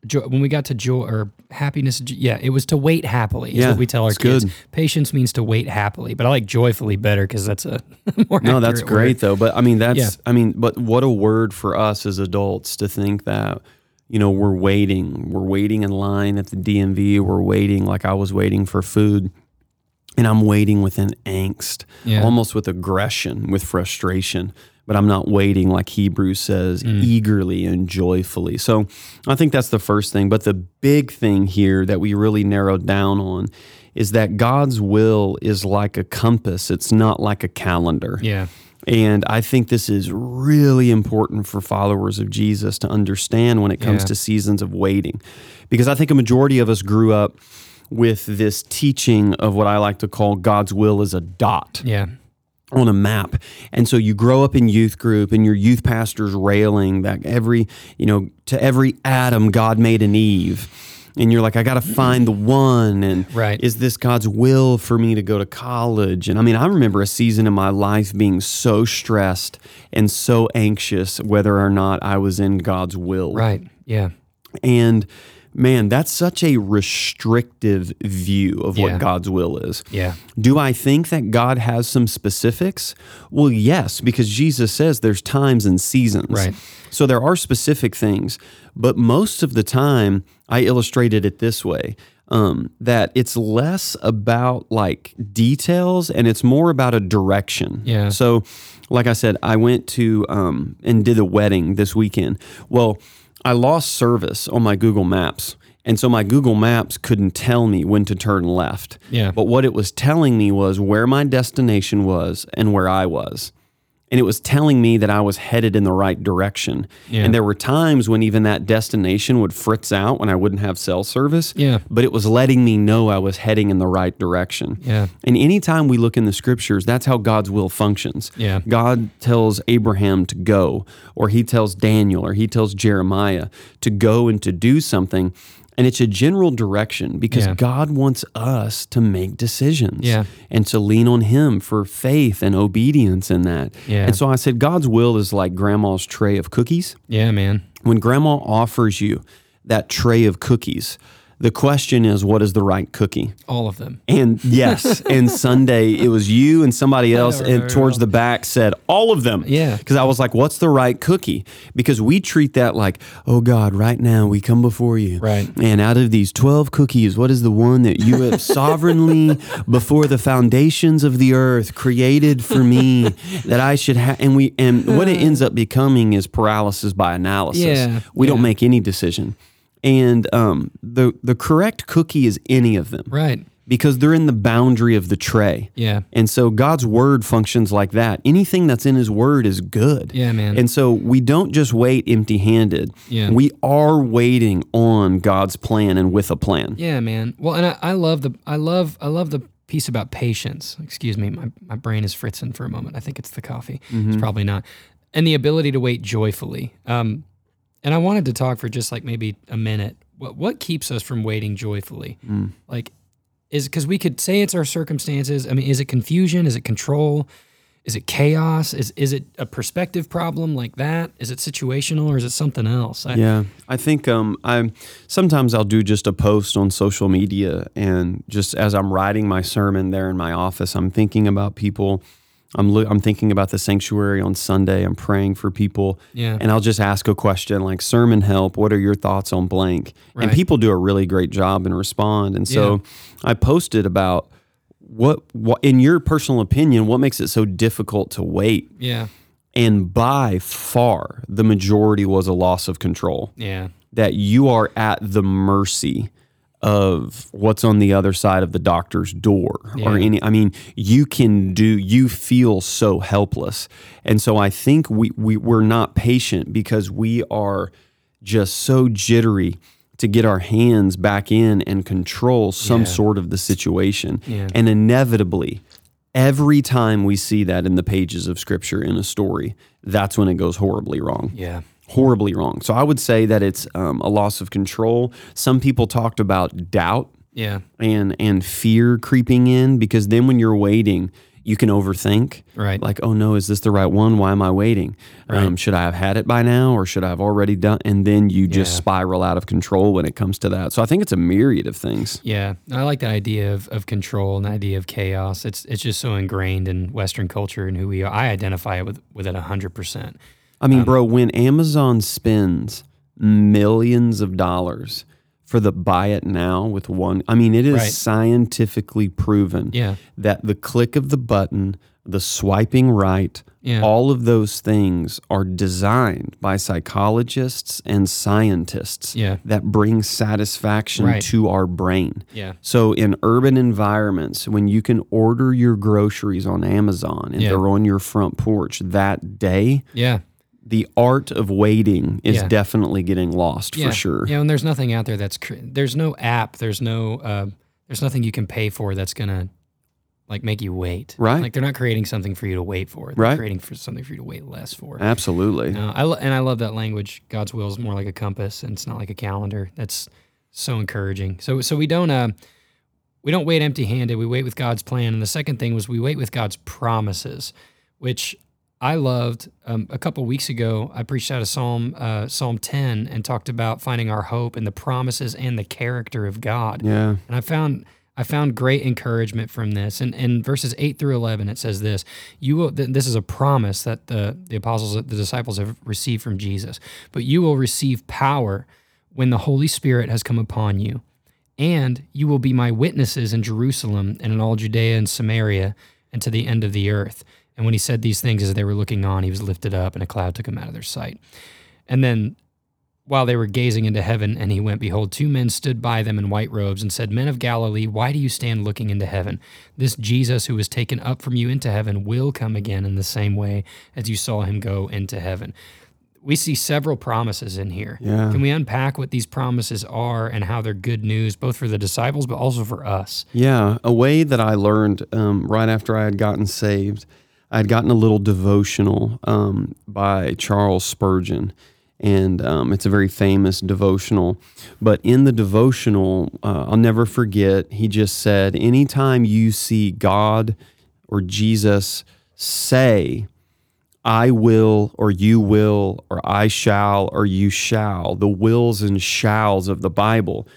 [SPEAKER 1] joy, when we got to joy or happiness, j- yeah, it was to wait happily. Is
[SPEAKER 2] Yeah,
[SPEAKER 1] what we tell our
[SPEAKER 2] it's
[SPEAKER 1] kids.
[SPEAKER 2] good.
[SPEAKER 1] Patience means to wait happily, but I like joyfully better because that's a more
[SPEAKER 2] No, that's
[SPEAKER 1] accurate word.
[SPEAKER 2] great though. But I mean, that's
[SPEAKER 1] Yeah.
[SPEAKER 2] I mean, but what a word for us as adults to think that you know we're waiting, we're waiting in line at the DMV, we're waiting like I was waiting for food, and I'm waiting with an angst,
[SPEAKER 1] Yeah.
[SPEAKER 2] almost with aggression, with frustration. But I'm not waiting like Hebrews says,
[SPEAKER 1] Mm.
[SPEAKER 2] eagerly and joyfully. So I think that's the first thing. But the big thing here that we really narrowed down on is that God's will is like a compass, it's not like a calendar.
[SPEAKER 1] Yeah,
[SPEAKER 2] And I think this is really important for followers of Jesus to understand when it comes
[SPEAKER 1] Yeah.
[SPEAKER 2] to seasons of waiting. Because I think a majority of us grew up with this teaching of what I like to call God's will is a dot.
[SPEAKER 1] yeah,
[SPEAKER 2] on a map. And so you grow up in youth group and your youth pastor's railing that every, you know, to every Adam God made an Eve. And you're like, I got to find the one. And
[SPEAKER 1] Right.
[SPEAKER 2] is this God's will for me to go to college? And I mean, I remember a season in my life being so stressed and so anxious whether or not I was in God's will.
[SPEAKER 1] Right. Yeah.
[SPEAKER 2] And man, that's such a restrictive view of
[SPEAKER 1] Yeah.
[SPEAKER 2] what God's will is.
[SPEAKER 1] Yeah.
[SPEAKER 2] Do I think that God has some specifics? Well, yes, because Jesus says there's times and seasons.
[SPEAKER 1] Right.
[SPEAKER 2] So there are specific things, but most of the time, I illustrated it this way um, that it's less about like details and it's more about a direction.
[SPEAKER 1] Yeah.
[SPEAKER 2] So, like I said, I went to um, and did a wedding this weekend. Well, I lost service on my Google Maps. And so my Google Maps couldn't tell me when to turn left.
[SPEAKER 1] Yeah.
[SPEAKER 2] But what it was telling me was where my destination was and where I was. And it was telling me that I was headed in the right direction.
[SPEAKER 1] Yeah.
[SPEAKER 2] And there were times when even that destination would fritz out when I wouldn't have cell service.
[SPEAKER 1] Yeah.
[SPEAKER 2] But it was letting me know I was heading in the right direction.
[SPEAKER 1] Yeah.
[SPEAKER 2] And anytime we look in the scriptures, that's how God's will functions.
[SPEAKER 1] Yeah.
[SPEAKER 2] God tells Abraham to go, or he tells Daniel, or he tells Jeremiah to go and to do something. And it's a general direction because
[SPEAKER 1] Yeah.
[SPEAKER 2] God wants us to make decisions
[SPEAKER 1] Yeah.
[SPEAKER 2] and to lean on Him for faith and obedience in that.
[SPEAKER 1] Yeah.
[SPEAKER 2] And so I said, God's will is like grandma's tray of cookies
[SPEAKER 1] Yeah, man.
[SPEAKER 2] when grandma offers you that tray of cookies, the question is, what is the right cookie?
[SPEAKER 1] All of them.
[SPEAKER 2] And yes, and Sunday it was you and somebody else,
[SPEAKER 1] don't remember
[SPEAKER 2] and towards the back said all of them.
[SPEAKER 1] Yeah.
[SPEAKER 2] Because I was like, what's the right cookie? Because we treat that like, oh God, right now we come before you.
[SPEAKER 1] Right.
[SPEAKER 2] And out of these 12 cookies, what is the one that you have sovereignly before the foundations of the earth created for me that I should have? And we, and what it ends up becoming is paralysis by analysis.
[SPEAKER 1] Uh. Yeah,
[SPEAKER 2] We don't
[SPEAKER 1] yeah.
[SPEAKER 2] make any decision. And um, the, the correct cookie is any of them
[SPEAKER 1] Right.
[SPEAKER 2] because they're in the boundary of the tray.
[SPEAKER 1] Yeah.
[SPEAKER 2] And so God's word functions like that. Anything that's in his word is good.
[SPEAKER 1] Yeah, man.
[SPEAKER 2] And so we don't just wait empty handed.
[SPEAKER 1] Yeah.
[SPEAKER 2] We are waiting on God's plan and with a plan.
[SPEAKER 1] Yeah, man. Well, and I, I love the I love I love the piece about patience. Excuse me, my, my brain is fritzing for a moment. I think it's the coffee. It's probably not. And the ability to wait joyfully. Um, and I wanted to talk for just like maybe a minute. What what keeps us from waiting joyfully? Like, is because we could say it's our circumstances. I mean, is it confusion? Is it control? Is it chaos? Is is it a perspective problem like that? Is it situational or is it something else? I,
[SPEAKER 2] Yeah, I think um, I sometimes I'll do just a post on social media, and just as I'm writing my sermon there in my office, I'm thinking about people. I'm lo- I'm thinking about the sanctuary on Sunday. I'm praying for people,
[SPEAKER 1] Yeah.
[SPEAKER 2] and I'll just ask a question like sermon help. What are your thoughts on blank?
[SPEAKER 1] Right.
[SPEAKER 2] And people do a really great job and respond. And so I posted about what what in your personal opinion what makes it so difficult to wait
[SPEAKER 1] yeah,
[SPEAKER 2] and by far the majority was a loss of control
[SPEAKER 1] yeah,
[SPEAKER 2] that you are at the mercy of what's on the other side of the doctor's door or any I mean you can do you feel so helpless and so I think we, we we're not patient because we are just so jittery to get our hands back in and control some sort of the situation
[SPEAKER 1] Yeah.
[SPEAKER 2] and inevitably every time we see that in the pages of scripture in a story that's when it goes horribly wrong
[SPEAKER 1] yeah,
[SPEAKER 2] horribly wrong. So I would say that it's um, a loss of control. Some people talked about doubt
[SPEAKER 1] yeah.
[SPEAKER 2] and and fear creeping in because then when you're waiting, you can overthink.
[SPEAKER 1] Right.
[SPEAKER 2] Like, oh no, is this the right one? Why am I waiting? Um, should I have had it by now, or should I have already done? And then you just
[SPEAKER 1] Yeah.
[SPEAKER 2] spiral out of control when it comes to that. So I think it's a myriad of things.
[SPEAKER 1] Yeah, I like that idea of, of control and the idea of chaos. It's it's just so ingrained in Western culture and who we are. I identify with with it hundred percent.
[SPEAKER 2] I
[SPEAKER 1] Um,
[SPEAKER 2] mean, bro, when Amazon spends millions of dollars for the buy it now with one, I mean, it is
[SPEAKER 1] Right.
[SPEAKER 2] scientifically proven
[SPEAKER 1] Yeah.
[SPEAKER 2] that the click of the button, the swiping right,
[SPEAKER 1] Yeah.
[SPEAKER 2] all of those things are designed by psychologists and scientists
[SPEAKER 1] Yeah.
[SPEAKER 2] that bring satisfaction
[SPEAKER 1] Right.
[SPEAKER 2] to our brain.
[SPEAKER 1] Yeah.
[SPEAKER 2] So in urban environments, when you can order your groceries on Amazon and
[SPEAKER 1] Yeah.
[SPEAKER 2] they're on your front porch that day,
[SPEAKER 1] Yeah.
[SPEAKER 2] the art of waiting is
[SPEAKER 1] Yeah.
[SPEAKER 2] definitely getting lost
[SPEAKER 1] Yeah.
[SPEAKER 2] for sure.
[SPEAKER 1] Yeah, and there's nothing out there that's cr- there's no app, there's no uh, there's nothing you can pay for that's gonna like make you wait.
[SPEAKER 2] Right.
[SPEAKER 1] Like they're not creating something for you to wait for. They're
[SPEAKER 2] Right.
[SPEAKER 1] creating for something for you to wait less for.
[SPEAKER 2] Absolutely.
[SPEAKER 1] No, I lo- and I love that language. God's will is more like a compass, and it's not like a calendar. That's so encouraging. So so we don't uh, we don't wait empty handed. We wait with God's plan. And the second thing was we wait with God's promises, which I loved. Um, a couple weeks ago, I preached out of Psalm uh, Psalm ten and talked about finding our hope in the promises and the character of God.
[SPEAKER 2] Yeah.
[SPEAKER 1] And I found I found great encouragement from this. And in verses eight through eleven, it says this: "You will." th- This is a promise that the the apostles, the disciples, have received from Jesus. But you will receive power when the Holy Spirit has come upon you, and you will be my witnesses in Jerusalem and in all Judea and Samaria and to the end of the earth. And when he said these things, as they were looking on, he was lifted up, and a cloud took him out of their sight. And then while they were gazing into heaven, and he went, behold, two men stood by them in white robes and said, Men of Galilee, why do you stand looking into heaven? This Jesus who was taken up from you into heaven will come again in the same way as you saw him go into heaven. We see several promises in here.
[SPEAKER 2] Yeah.
[SPEAKER 1] Can we unpack what these promises are and how they're good news, both for the disciples, but also for us?
[SPEAKER 2] Yeah, a way that I learned um, right after I had gotten saved, I had gotten a little devotional um, by Charles Spurgeon, and um, it's a very famous devotional. But in the devotional, uh, I'll never forget, he just said, Anytime you see God or Jesus say, I will, or you will, or I shall, or you shall, the wills and shalls of the Bible,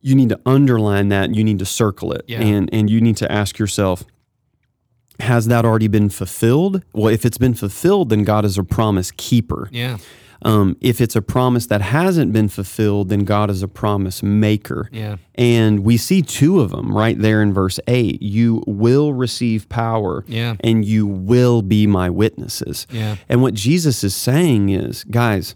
[SPEAKER 2] you need to underline that and you need to circle it
[SPEAKER 1] Yeah.
[SPEAKER 2] and and you need to ask yourself has that already been fulfilled well if it's been fulfilled then god is a promise keeper
[SPEAKER 1] Yeah.
[SPEAKER 2] um, if it's a promise that hasn't been fulfilled then god is a promise maker
[SPEAKER 1] Yeah.
[SPEAKER 2] and we see two of them right there in verse 8 you will receive power
[SPEAKER 1] Yeah.
[SPEAKER 2] and you will be my witnesses
[SPEAKER 1] Yeah.
[SPEAKER 2] and what jesus is saying is guys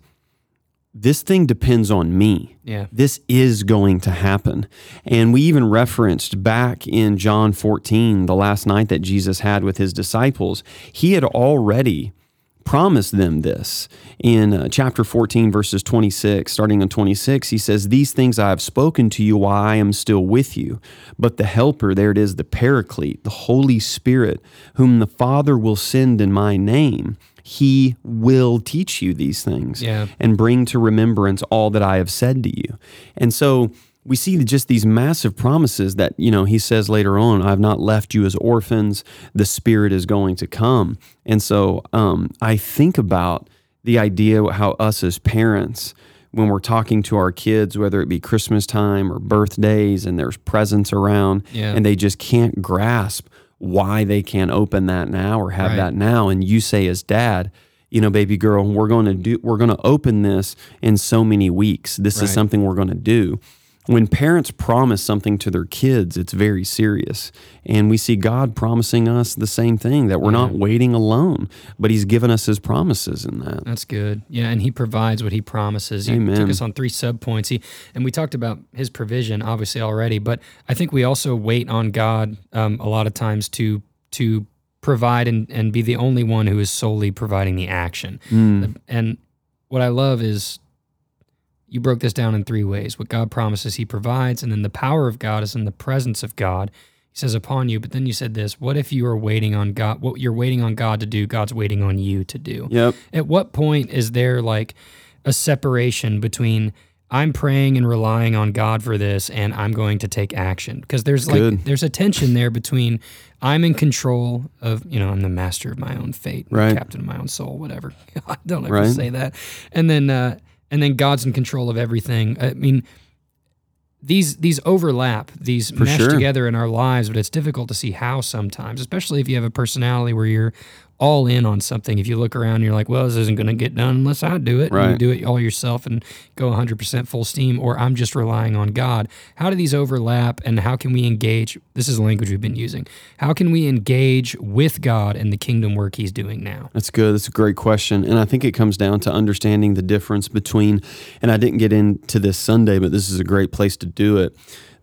[SPEAKER 2] this thing depends on me
[SPEAKER 1] Yeah.
[SPEAKER 2] this is going to happen. And we even referenced back in John 14, the last night that Jesus had with his disciples, he had already promised them this. In uh, chapter 14, verses 26, starting on 26, he says, These things I have spoken to you while I am still with you. But the Helper, there it is, the Paraclete, the Holy Spirit, whom the Father will send in my name. He will teach you these things
[SPEAKER 1] Yeah.
[SPEAKER 2] and bring to remembrance all that I have said to you. And so we see just these massive promises that, you know, he says later on, I've not left you as orphans. The Spirit is going to come. And so um, I think about the idea how us as parents, when we're talking to our kids, whether it be Christmas time or birthdays and there's presents around,
[SPEAKER 1] Yeah.
[SPEAKER 2] and they just can't grasp why they can't open that now or have
[SPEAKER 1] Right.
[SPEAKER 2] that now. And you say, as dad, you know, baby girl, we're going to do, we're going to open this in so many weeks. This
[SPEAKER 1] Right.
[SPEAKER 2] is something we're going to do. When parents promise something to their kids, it's very serious. And we see God promising us the same thing that we're not waiting alone, but He's given us His promises in that.
[SPEAKER 1] That's good. Yeah, and he provides what he promises. He
[SPEAKER 2] Amen.
[SPEAKER 1] took us on three sub points. He and we talked about his provision obviously already, but I think we also wait on God um, a lot of times to to provide and, and be the only one who is solely providing the action. And what I love is you broke this down in three ways. What God promises, He provides, and then the power of God is in the presence of God. He says upon you, but then you said this: What if you are waiting on God? What you're waiting on God to do, God's waiting on you to do.
[SPEAKER 2] Yep.
[SPEAKER 1] At what point is there like a separation between I'm praying and relying on God for this and I'm going to take action? Because there's like
[SPEAKER 2] Good.
[SPEAKER 1] there's a tension there between I'm in control of, you know, I'm the master of my own fate,
[SPEAKER 2] Right.
[SPEAKER 1] captain of my own soul, whatever. God, don't ever
[SPEAKER 2] Right.
[SPEAKER 1] say that. And then uh and then God's in control of everything. I mean, these these overlap, these mesh
[SPEAKER 2] sure.
[SPEAKER 1] together in our lives, but it's difficult to see how sometimes, especially if you have a personality where you're all in on something. If you look around and you're like, well, this isn't going to get done unless I do it, and you
[SPEAKER 2] Right.
[SPEAKER 1] do it all yourself and go 100% full steam, or I'm just relying on God. How do these overlap and how can we engage? This is language we've been using. How can we engage with God in the kingdom work he's doing now?
[SPEAKER 2] That's good. That's a great question. And I think it comes down to understanding the difference between, and I didn't get into this Sunday, but this is a great place to do it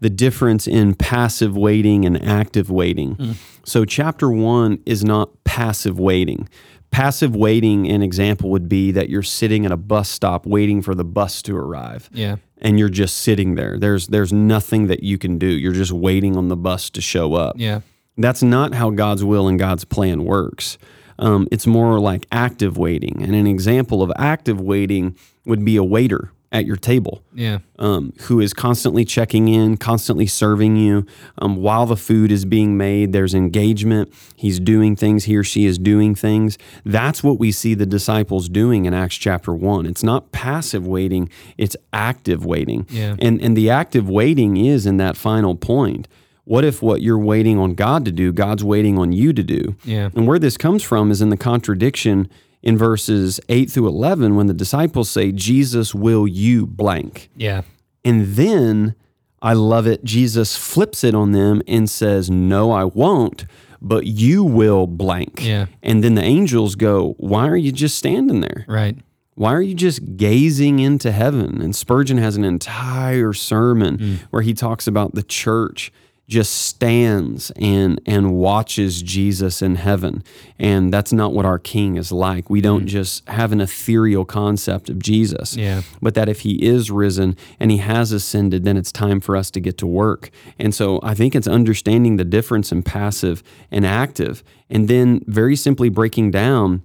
[SPEAKER 2] the difference in passive waiting and active waiting. So, chapter one is not passive waiting. Passive waiting, an example would be that you're sitting at a bus stop waiting for the bus to arrive
[SPEAKER 1] Yeah.
[SPEAKER 2] and you're just sitting there. There's, there's nothing that you can do. You're just waiting on the bus to show up
[SPEAKER 1] Yeah.
[SPEAKER 2] That's not how God's will and God's plan works. Um, it's more like active waiting. And an example of active waiting would be a waiter at your table
[SPEAKER 1] Yeah.
[SPEAKER 2] um, who is constantly checking in, constantly serving you. Um, while the food is being made, there's engagement. He's doing things, he or she is doing things. That's what we see the disciples doing in Acts chapter 1. It's not passive waiting, it's active waiting.
[SPEAKER 1] Yeah.
[SPEAKER 2] And, and the active waiting is in that final point. What if what you're waiting on God to do, God's waiting on you to do?
[SPEAKER 1] Yeah.
[SPEAKER 2] And where this comes from is in the contradiction in verses 8 through 11 when the disciples say, Jesus will you blank.
[SPEAKER 1] Yeah.
[SPEAKER 2] And then I love it. Jesus flips it on them and says, No, I won't, but you will blank.
[SPEAKER 1] Yeah.
[SPEAKER 2] And then the angels go, Why are you just standing there?
[SPEAKER 1] Right.
[SPEAKER 2] Why are you just gazing into heaven? And Spurgeon has an entire sermon where he talks about the church just stands and and watches Jesus in heaven. And that's not what our king is like. We don't just have an ethereal concept of Jesus
[SPEAKER 1] Yeah.
[SPEAKER 2] but that if he is risen and he has ascended, then it's time for us to get to work. And so I think it's understanding the difference in passive and active, and then very simply breaking down,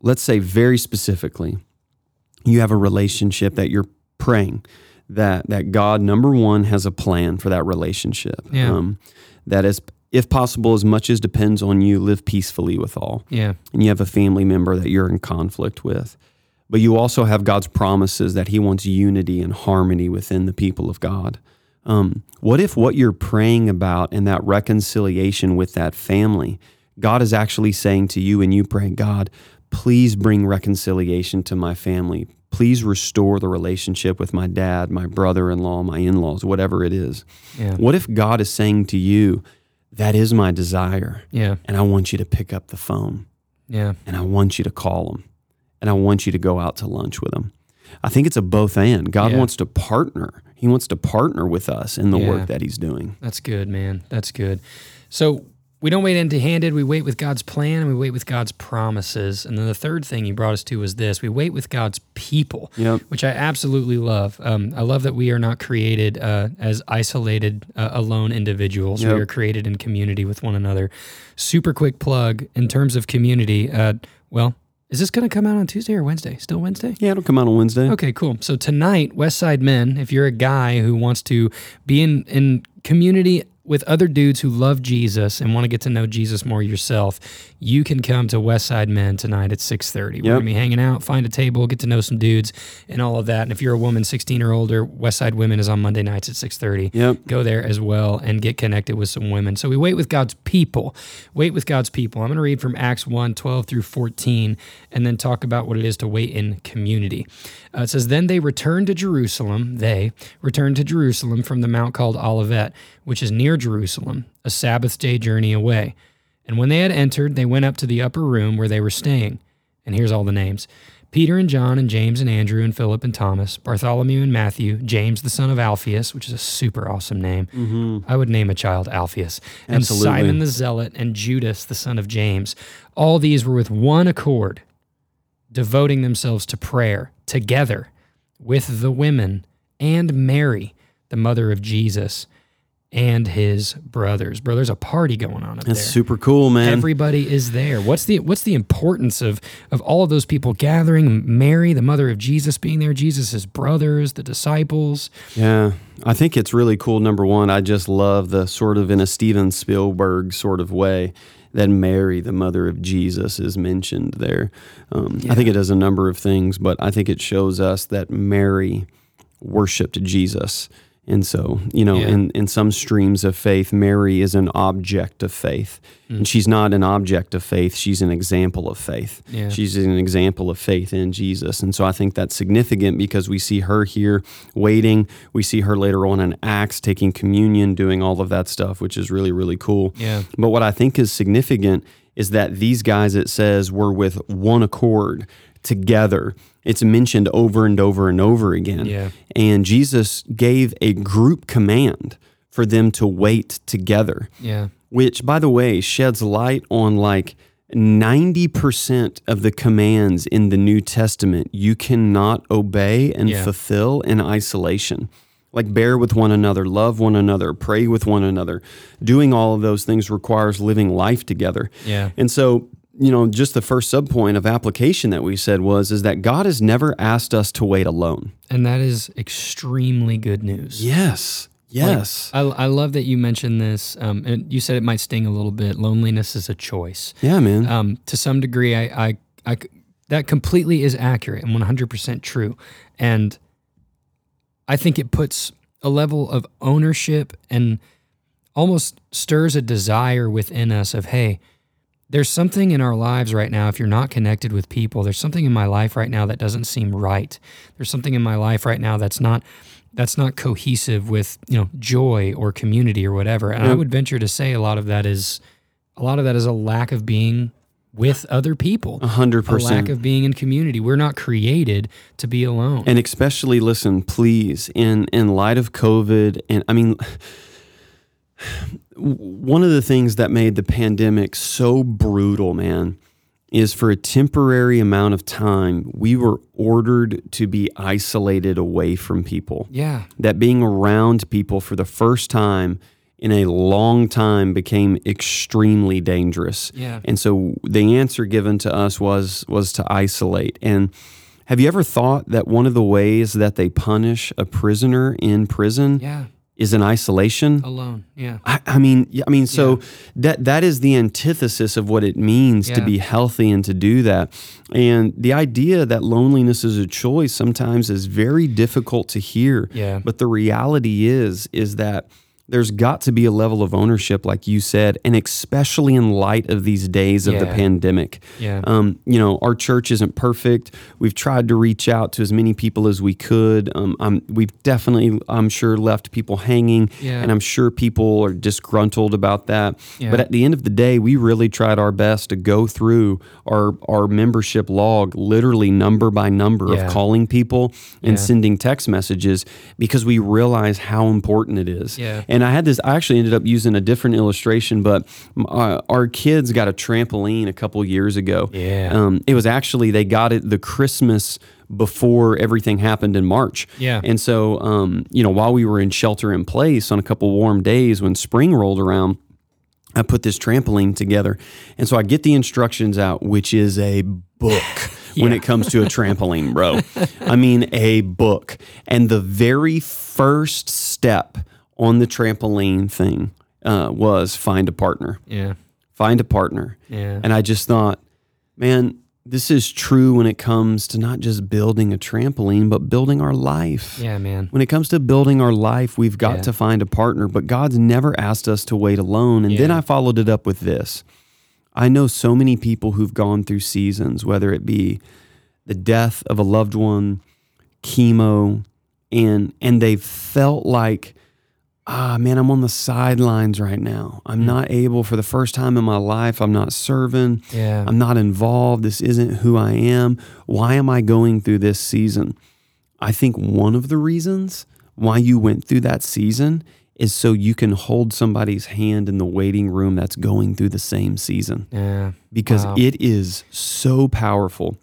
[SPEAKER 2] let's say very specifically, you have a relationship that you're praying that that God number one has a plan for that relationship.
[SPEAKER 1] Yeah.
[SPEAKER 2] Um, that is, if possible, as much as depends on you, live peacefully with all
[SPEAKER 1] Yeah.
[SPEAKER 2] and you have a family member that you're in conflict with. But you also have God's promises that He wants unity and harmony within the people of God. Um, what if what you're praying about and that reconciliation with that family, God is actually saying to you, and you pray, God, please bring reconciliation to my family. Please restore the relationship with my dad, my brother in law, my in laws, whatever it is.
[SPEAKER 1] Yeah.
[SPEAKER 2] What if God is saying to you, that is my desire,
[SPEAKER 1] Yeah.
[SPEAKER 2] and I want you to pick up the phone?
[SPEAKER 1] Yeah.
[SPEAKER 2] and I want you to call them and I want you to go out to lunch with them. I think it's a both and. God
[SPEAKER 1] Yeah.
[SPEAKER 2] wants to partner. He wants to partner with us in the
[SPEAKER 1] Yeah.
[SPEAKER 2] work that he's doing.
[SPEAKER 1] That's good, man. That's good. So we don't wait empty handed. We wait with God's plan and we wait with God's promises. And then the third thing you brought us to was this we wait with God's people,
[SPEAKER 2] Yep.
[SPEAKER 1] which I absolutely love. Um, I love that we are not created uh, as isolated, uh, alone individuals.
[SPEAKER 2] Yep.
[SPEAKER 1] We are created in community with one another. Super quick plug in terms of community. Uh, well, is this going to come out on Tuesday or Wednesday? Still Wednesday?
[SPEAKER 2] Yeah, it'll come out on Wednesday.
[SPEAKER 1] Okay, cool. So tonight, West Side Men, if you're a guy who wants to be in, in community with other dudes who love Jesus and want to get to know Jesus more yourself, you can come to West Side Men tonight at 6.30. We're
[SPEAKER 2] Yep.
[SPEAKER 1] going to be hanging out, find a table, get to know some dudes and all of that. And if you're a woman, 16 or older, West Side Women is on Monday nights at 6.30
[SPEAKER 2] Yep.
[SPEAKER 1] go there as well and get connected with some women. So we wait with God's people. Wait with God's people. I'm going to read from Acts 1 12 through 14 and then talk about what it is to wait in community. Uh, it says, Then they returned to Jerusalem. They returned to Jerusalem from the mount called Olivet, which is near Jerusalem, a Sabbath day journey away. And when they had entered, they went up to the upper room where they were staying. And here's all the names Peter and John and James and Andrew and Philip and Thomas, Bartholomew and Matthew, James the son of Alphaeus, which is a super awesome name. I would name a child Alphaeus. And
[SPEAKER 2] Mm-hmm. Absolutely.
[SPEAKER 1] Simon the Zealot and Judas the son of James. All these were with one accord, devoting themselves to prayer together with the women and Mary, the mother of Jesus, and his brothers. Bro, there's a party going on up
[SPEAKER 2] That's
[SPEAKER 1] there
[SPEAKER 2] super cool, man.
[SPEAKER 1] everybody is there. What's the what's the importance of of all of those people gathering? Mary, the mother of Jesus, being there. Jesus' brothers, the disciples.
[SPEAKER 2] yeah. I think it's really cool. Number one, I just love the sort of in a Steven Spielberg sort of way that Mary, the mother of Jesus, is mentioned there. Um, I think it does a number of things, but I think it shows us that Mary worshiped Jesus. And so, you know,
[SPEAKER 1] Yeah.
[SPEAKER 2] in, in some streams of faith, Mary is an object of faith.
[SPEAKER 1] Mm.
[SPEAKER 2] And she's not an object of faith, she's an example of faith.
[SPEAKER 1] Yeah.
[SPEAKER 2] She's an example of faith in Jesus. And so I think that's significant because we see her here waiting. We see her later on in Acts taking communion, doing all of that stuff, which is really, really cool.
[SPEAKER 1] Yeah.
[SPEAKER 2] But what I think is significant is that these guys, it says, were with one accord together. It's mentioned over and over and over again.
[SPEAKER 1] Yeah.
[SPEAKER 2] And Jesus gave a group command for them to wait together,
[SPEAKER 1] Yeah,
[SPEAKER 2] which, by the way, sheds light on like 90% of the commands in the New Testament you cannot obey and
[SPEAKER 1] Yeah.
[SPEAKER 2] fulfill in isolation. Like bear with one another, love one another, pray with one another. Doing all of those things requires living life together.
[SPEAKER 1] Yeah.
[SPEAKER 2] And so, you know, just the first subpoint of application that we said was is that God has never asked us to wait alone.
[SPEAKER 1] And that is extremely good news.
[SPEAKER 2] Yes. Yes.
[SPEAKER 1] I, I love that you mentioned this. Um, and you said it might sting a little bit. Loneliness is a choice.
[SPEAKER 2] yeah, man.
[SPEAKER 1] Um, to some degree, I, I, I c- that completely is accurate and 100% true. And I think it puts a level of ownership and almost stirs a desire within us of, hey, there's something in our lives right now. If you're not connected with people, there's something in my life right now that doesn't seem right. There's something in my life right now that's not that's not cohesive with you know joy or community or whatever. And I would venture to say a lot of that is a lot of that is a lack of being with other people,
[SPEAKER 2] A hundred
[SPEAKER 1] a lack
[SPEAKER 2] percent.
[SPEAKER 1] of being in community. We're not created to be alone.
[SPEAKER 2] And especially listen, please, in in light of COVID and I mean one of the things that made the pandemic so brutal, man, is for a temporary amount of time, we were ordered to be isolated away from people.
[SPEAKER 1] yeah,
[SPEAKER 2] That being around people for the first time in a long time became extremely dangerous.
[SPEAKER 1] yeah.
[SPEAKER 2] And so the answer given to us was was to isolate. And have you ever thought that one of the ways that they punish a prisoner in prison
[SPEAKER 1] Yeah,
[SPEAKER 2] is in isolation?
[SPEAKER 1] alone. Yeah,
[SPEAKER 2] I, I mean, yeah, I mean, so that that is the antithesis of what it means to
[SPEAKER 1] Yeah.
[SPEAKER 2] be healthy and to do that. And the idea that loneliness is a choice sometimes is very difficult to hear.
[SPEAKER 1] yeah,
[SPEAKER 2] But the reality is, is that there's got to be a level of ownership, like you said, and especially in light of these days of the
[SPEAKER 1] Yeah.
[SPEAKER 2] pandemic.
[SPEAKER 1] yeah,
[SPEAKER 2] Um, you know, our church isn't perfect. We've tried to reach out to as many people as we could. Um, I'm, we've definitely, I'm sure, left people hanging,
[SPEAKER 1] Yeah.
[SPEAKER 2] and I'm sure people are disgruntled about that.
[SPEAKER 1] Yeah.
[SPEAKER 2] But at the end of the day, we really tried our best to go through our our membership log, literally number by number,
[SPEAKER 1] Yeah.
[SPEAKER 2] of calling people and
[SPEAKER 1] Yeah.
[SPEAKER 2] sending text messages because we realize how important it is.
[SPEAKER 1] Yeah.
[SPEAKER 2] And I had this, I actually ended up using a different illustration, but m- uh, our kids got a trampoline a couple years ago.
[SPEAKER 1] Yeah.
[SPEAKER 2] Um, it was actually, they got it the Christmas before everything happened in March.
[SPEAKER 1] Yeah.
[SPEAKER 2] And so, um, you know, while we were in shelter in place on a couple warm days when spring rolled around, I put this trampoline together. And so I get the instructions out, which is a book when it comes to a trampoline, bro. I mean, a book. And the very first step on the trampoline thing uh, was find a partner,
[SPEAKER 1] yeah,
[SPEAKER 2] find a partner.
[SPEAKER 1] yeah,
[SPEAKER 2] And I just thought, man, this is true when it comes to not just building a trampoline, but building our life.
[SPEAKER 1] yeah, man.
[SPEAKER 2] When it comes to building our life, we've got
[SPEAKER 1] Mm-hmm. Yeah.
[SPEAKER 2] to find a partner, but God's never asked us to wait alone. And then
[SPEAKER 1] Yeah.
[SPEAKER 2] I followed it up with this. I know so many people who've gone through seasons, whether it be the death of a loved one, chemo, and and they've felt like ah man, I'm on the sidelines right now.
[SPEAKER 1] Mm.
[SPEAKER 2] I'm not able for the first time in my life, I'm not serving.
[SPEAKER 1] Yeah,
[SPEAKER 2] I'm not involved. This isn't who I am. Why am I going through this season? I think one of the reasons why you went through that season is so you can hold somebody's hand in the waiting room that's going through the same season
[SPEAKER 1] yeah,
[SPEAKER 2] because
[SPEAKER 1] Wow.
[SPEAKER 2] it is so powerful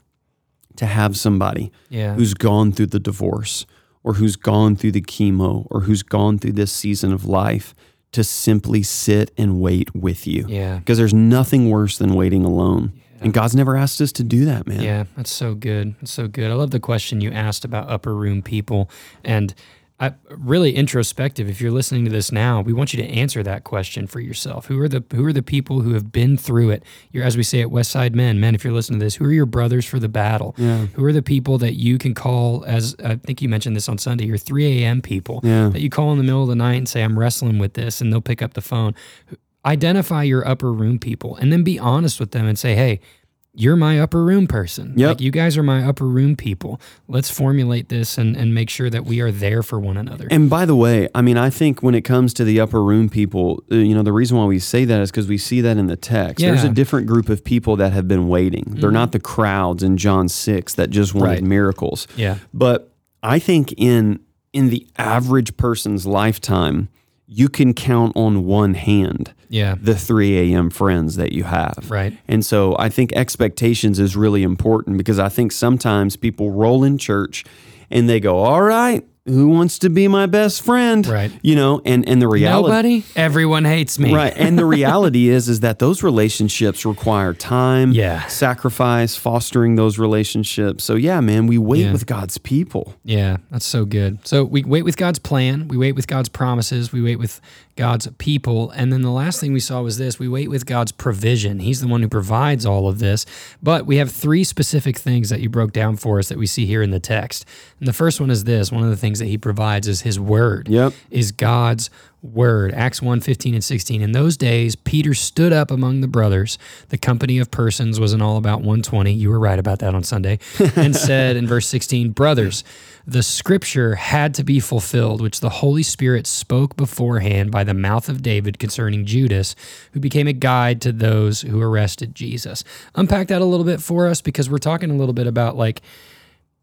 [SPEAKER 2] to have somebody
[SPEAKER 1] yeah,
[SPEAKER 2] who's gone through the divorce or who's gone through the chemo or who's gone through this season of life to simply sit and wait with you
[SPEAKER 1] yeah,
[SPEAKER 2] because there's nothing worse than waiting alone. And God's never asked us to do that, man.
[SPEAKER 1] yeah. That's so good. That's so good. I love the question you asked about upper room people, and I really introspective. If you're listening to this now, we want you to answer that question for yourself. Who are the who are the people who have been through it? You're, as we say at West Side Men, men. If you're listening to this, who are your brothers for the battle?
[SPEAKER 2] Yeah.
[SPEAKER 1] Who are the people that you can call? As I think you mentioned this on Sunday, your 3 a.m. people.
[SPEAKER 2] Yeah.
[SPEAKER 1] that you call in the middle of the night and say, I'm wrestling with this, and they'll pick up the phone. Identify your upper room people and then be honest with them and say, hey, you're my upper room person.
[SPEAKER 2] Yep.
[SPEAKER 1] Like you guys are my upper room people. Let's formulate this and, and make sure that we are there for one another.
[SPEAKER 2] And by the way, I mean, I think when it comes to the upper room people, uh, you know, the reason why we say that is because we see that in the text. There's
[SPEAKER 1] Yeah. Mm-hmm.
[SPEAKER 2] a different group of people that have been waiting. They're not the crowds in John 6 that just wanted
[SPEAKER 1] Right.
[SPEAKER 2] miracles.
[SPEAKER 1] yeah.
[SPEAKER 2] But I think in in the average person's lifetime, you can count on one hand
[SPEAKER 1] Yeah.
[SPEAKER 2] the 3 a.m. friends that you have.
[SPEAKER 1] Right.
[SPEAKER 2] And so I think expectations is really important because I think sometimes people roll in church and they go, All right, who wants to be my best friend?
[SPEAKER 1] Right.
[SPEAKER 2] You know, and and the reality
[SPEAKER 1] Nobody? Everyone hates me.
[SPEAKER 2] Right. And the reality is is that those relationships require time,
[SPEAKER 1] Yeah.
[SPEAKER 2] sacrifice, fostering those relationships. So yeah, man, we wait
[SPEAKER 1] Yeah.
[SPEAKER 2] with God's people.
[SPEAKER 1] Yeah, that's so good. So we wait with God's plan, we wait with God's promises, we wait with God's people. And then the last thing we saw was this we wait with God's provision. He's the one who provides all of this. But we have three specific things that you broke down for us that we see here in the text. And the first one is this one of the things that he provides is his word
[SPEAKER 2] Yep.
[SPEAKER 1] is God's word. Acts 1 15 and 16. In those days, Peter stood up among the brothers. The company of persons was in all about 120. You were right about that on Sunday. And said in verse 16, Brothers, the scripture had to be fulfilled, which the Holy Spirit spoke beforehand by the mouth of David concerning Judas, who became a guide to those who arrested Jesus. Unpack that a little bit for us because we're talking a little bit about like,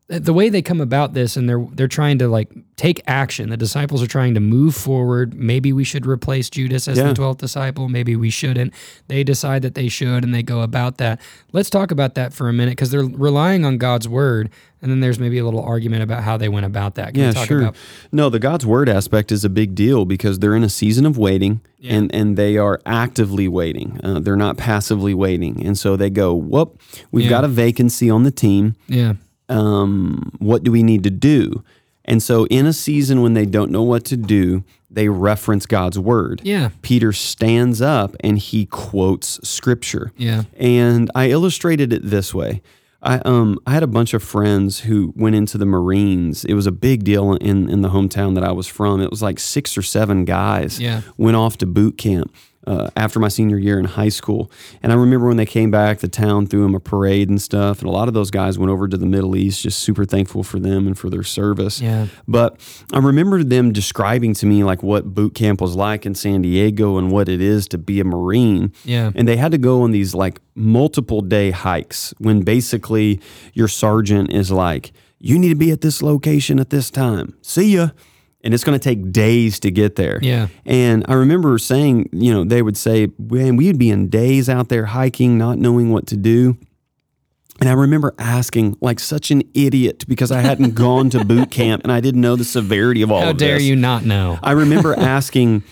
[SPEAKER 1] the way they come about this and they're they're trying to like take action the disciples are trying to move forward maybe we should replace judas as the
[SPEAKER 2] Yeah.
[SPEAKER 1] 12th disciple maybe we shouldn't they decide that they should and they go about that let's talk about that for a minute because they're relying on god's word and then there's maybe a little argument about how they went about that Can we
[SPEAKER 2] Yeah,
[SPEAKER 1] talk
[SPEAKER 2] sure.
[SPEAKER 1] about
[SPEAKER 2] no, the God's word aspect is a big deal because they're in a season of waiting, and and they are actively waiting. Uh, they're not passively waiting, and so they go, "Whoop, we've
[SPEAKER 1] Yeah.
[SPEAKER 2] got a vacancy on the team.
[SPEAKER 1] yeah
[SPEAKER 2] Um, what do we need to do?" And so, in a season when they don't know what to do, they reference God's word.
[SPEAKER 1] yeah
[SPEAKER 2] Peter stands up and he quotes scripture.
[SPEAKER 1] yeah
[SPEAKER 2] And I illustrated it this way. I um I had a bunch of friends who went into the Marines. It was a big deal in in the hometown that I was from. It was like six or seven guys
[SPEAKER 1] Yeah.
[SPEAKER 2] went off to boot camp uh, after my senior year in high school. And I remember when they came back, the town threw them a parade and stuff. And a lot of those guys went over to the Middle East. Just super thankful for them and for their service.
[SPEAKER 1] Yeah.
[SPEAKER 2] But I remember them describing to me like what boot camp was like in San Diego and what it is to be a Marine.
[SPEAKER 1] Yeah.
[SPEAKER 2] And they had to go on these like multiple day hikes when basically your sergeant is like, you need to be at this location at this time. See ya. And it's going to take days to get there.
[SPEAKER 1] Yeah.
[SPEAKER 2] And I remember saying, you know, they would say, man, we'd be in days out there hiking, not knowing what to do. And I remember asking, like, such an idiot because I hadn't gone to boot camp and I didn't know the severity of all
[SPEAKER 1] how
[SPEAKER 2] of
[SPEAKER 1] dare
[SPEAKER 2] this.
[SPEAKER 1] you not know
[SPEAKER 2] I remember asking,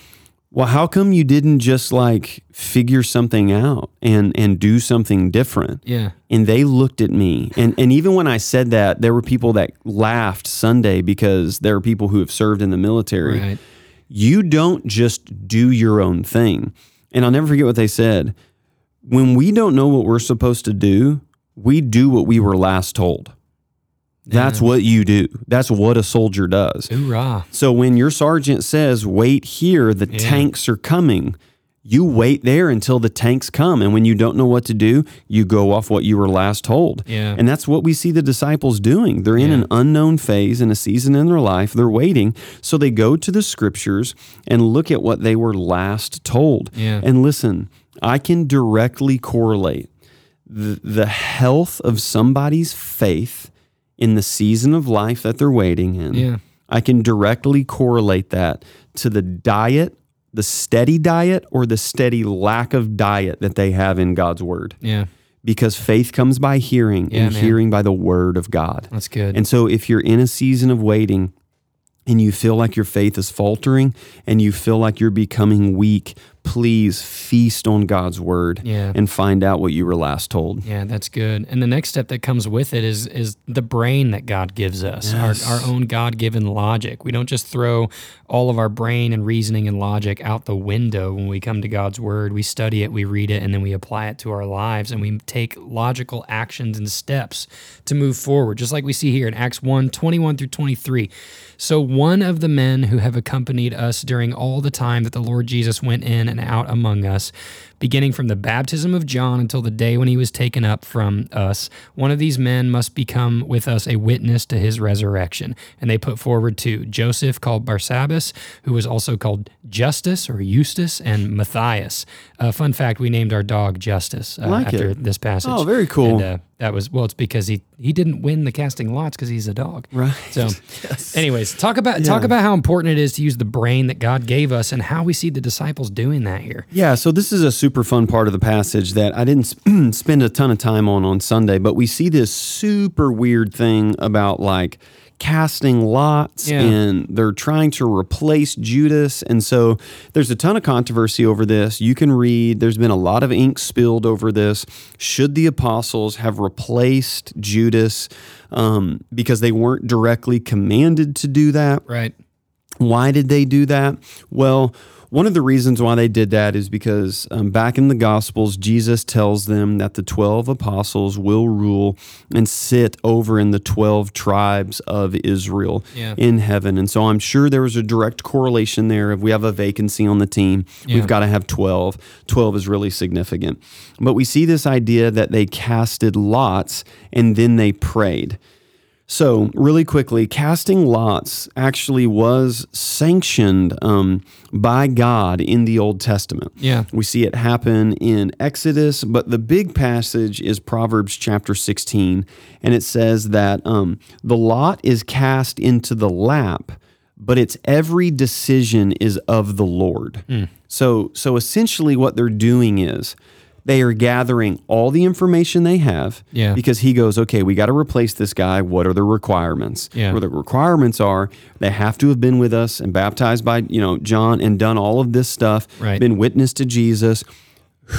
[SPEAKER 2] "Well, how come you didn't just like figure something out and and do something different?"
[SPEAKER 1] yeah
[SPEAKER 2] And they looked at me, and and even when I said that, there were people that laughed Sunday because there are people who have served in the military.
[SPEAKER 1] right
[SPEAKER 2] You don't just do your own thing. And I'll never forget what they said. When we don't know what we're supposed to do, we do what we were last told. That's what you do. That's what a soldier does.
[SPEAKER 1] hoorah
[SPEAKER 2] So when your sergeant says, wait here, the tanks are coming, you wait there until the tanks come. And when you don't know what to do, you go off what you were last told.
[SPEAKER 1] Yeah.
[SPEAKER 2] And that's what we see the disciples doing. They're in an unknown phase in a season in their life. They're waiting. So they go to the scriptures and look at what they were last told.
[SPEAKER 1] Yeah.
[SPEAKER 2] And listen, I can directly correlate the, the health of somebody's faith in the season of life that they're waiting in.
[SPEAKER 1] Yeah.
[SPEAKER 2] I can directly correlate that to the diet, the steady diet, or the steady lack of diet that they have in God's word.
[SPEAKER 1] yeah
[SPEAKER 2] Because faith comes by hearing,
[SPEAKER 1] Yeah,
[SPEAKER 2] and
[SPEAKER 1] man.
[SPEAKER 2] hearing by the word of God.
[SPEAKER 1] that's good
[SPEAKER 2] And so, if you're in a season of waiting and you feel like your faith is faltering and you feel like you're becoming weak, please feast on God's word
[SPEAKER 1] Yeah.
[SPEAKER 2] and find out what you were last told.
[SPEAKER 1] Yeah, that's good. And the next step that comes with it is is the brain that God gives us, our, our own God given logic. We don't just throw all of our brain and reasoning and logic out the window when we come to God's word. We study it, we read it, and then we apply it to our lives and we take logical actions and steps to move forward, just like we see here in Acts 1 21 through 23. So one of the men who have accompanied us during all the time that the Lord Jesus went in and out among us, beginning from the baptism of John until the day when he was taken up from us, one of these men must become with us a witness to his resurrection. And they put forward two Joseph, called Barsabbas, who was also called Justice or Eustace, and Matthias. Uh, fun fact we named our dog Justice uh,
[SPEAKER 2] Like
[SPEAKER 1] after
[SPEAKER 2] it.
[SPEAKER 1] this passage.
[SPEAKER 2] Oh, very cool.
[SPEAKER 1] And, uh, that was, well, it's because he, he didn't win the casting lots because he's a dog.
[SPEAKER 2] Right.
[SPEAKER 1] So, anyways, talk about talk about how important it is to use the brain that God gave us, and how we see the disciples doing that here.
[SPEAKER 2] Yeah, so this is a super fun part of the passage that I didn't sp- spend a ton of time on on Sunday, but we see this super weird thing about like casting lots
[SPEAKER 1] Yeah.
[SPEAKER 2] and they're trying to replace Judas. And so there's a ton of controversy over this. You can read, there's been a lot of ink spilled over this. Should the apostles have replaced Judas um, because they weren't directly commanded to do that?
[SPEAKER 1] Right.
[SPEAKER 2] Why did they do that? Well, one of the reasons why they did that is because um, back in the Gospels, Jesus tells them that the 12 apostles will rule and sit over in the 12 tribes of Israel
[SPEAKER 1] Yeah.
[SPEAKER 2] in heaven. And so I'm sure there was a direct correlation there. If we have a vacancy on the team,
[SPEAKER 1] Yeah.
[SPEAKER 2] we've got to have 12. 12 is really significant. But we see this idea that they casted lots and then they prayed. So, really quickly, casting lots actually was sanctioned um, by God in the Old Testament.
[SPEAKER 1] Yeah.
[SPEAKER 2] We see it happen in Exodus, but the big passage is Proverbs chapter 16, and it says that um, the lot is cast into the lap, but its every decision is of the Lord.
[SPEAKER 1] Hmm.
[SPEAKER 2] So, so essentially, what they're doing is they are gathering all the information they have
[SPEAKER 1] Yeah.
[SPEAKER 2] because he goes, okay, we got to replace this guy. What are the requirements?
[SPEAKER 1] Yeah.
[SPEAKER 2] Where the requirements are, they have to have been with us and baptized by you know John and done all of this stuff,
[SPEAKER 1] Right.
[SPEAKER 2] been witness to Jesus.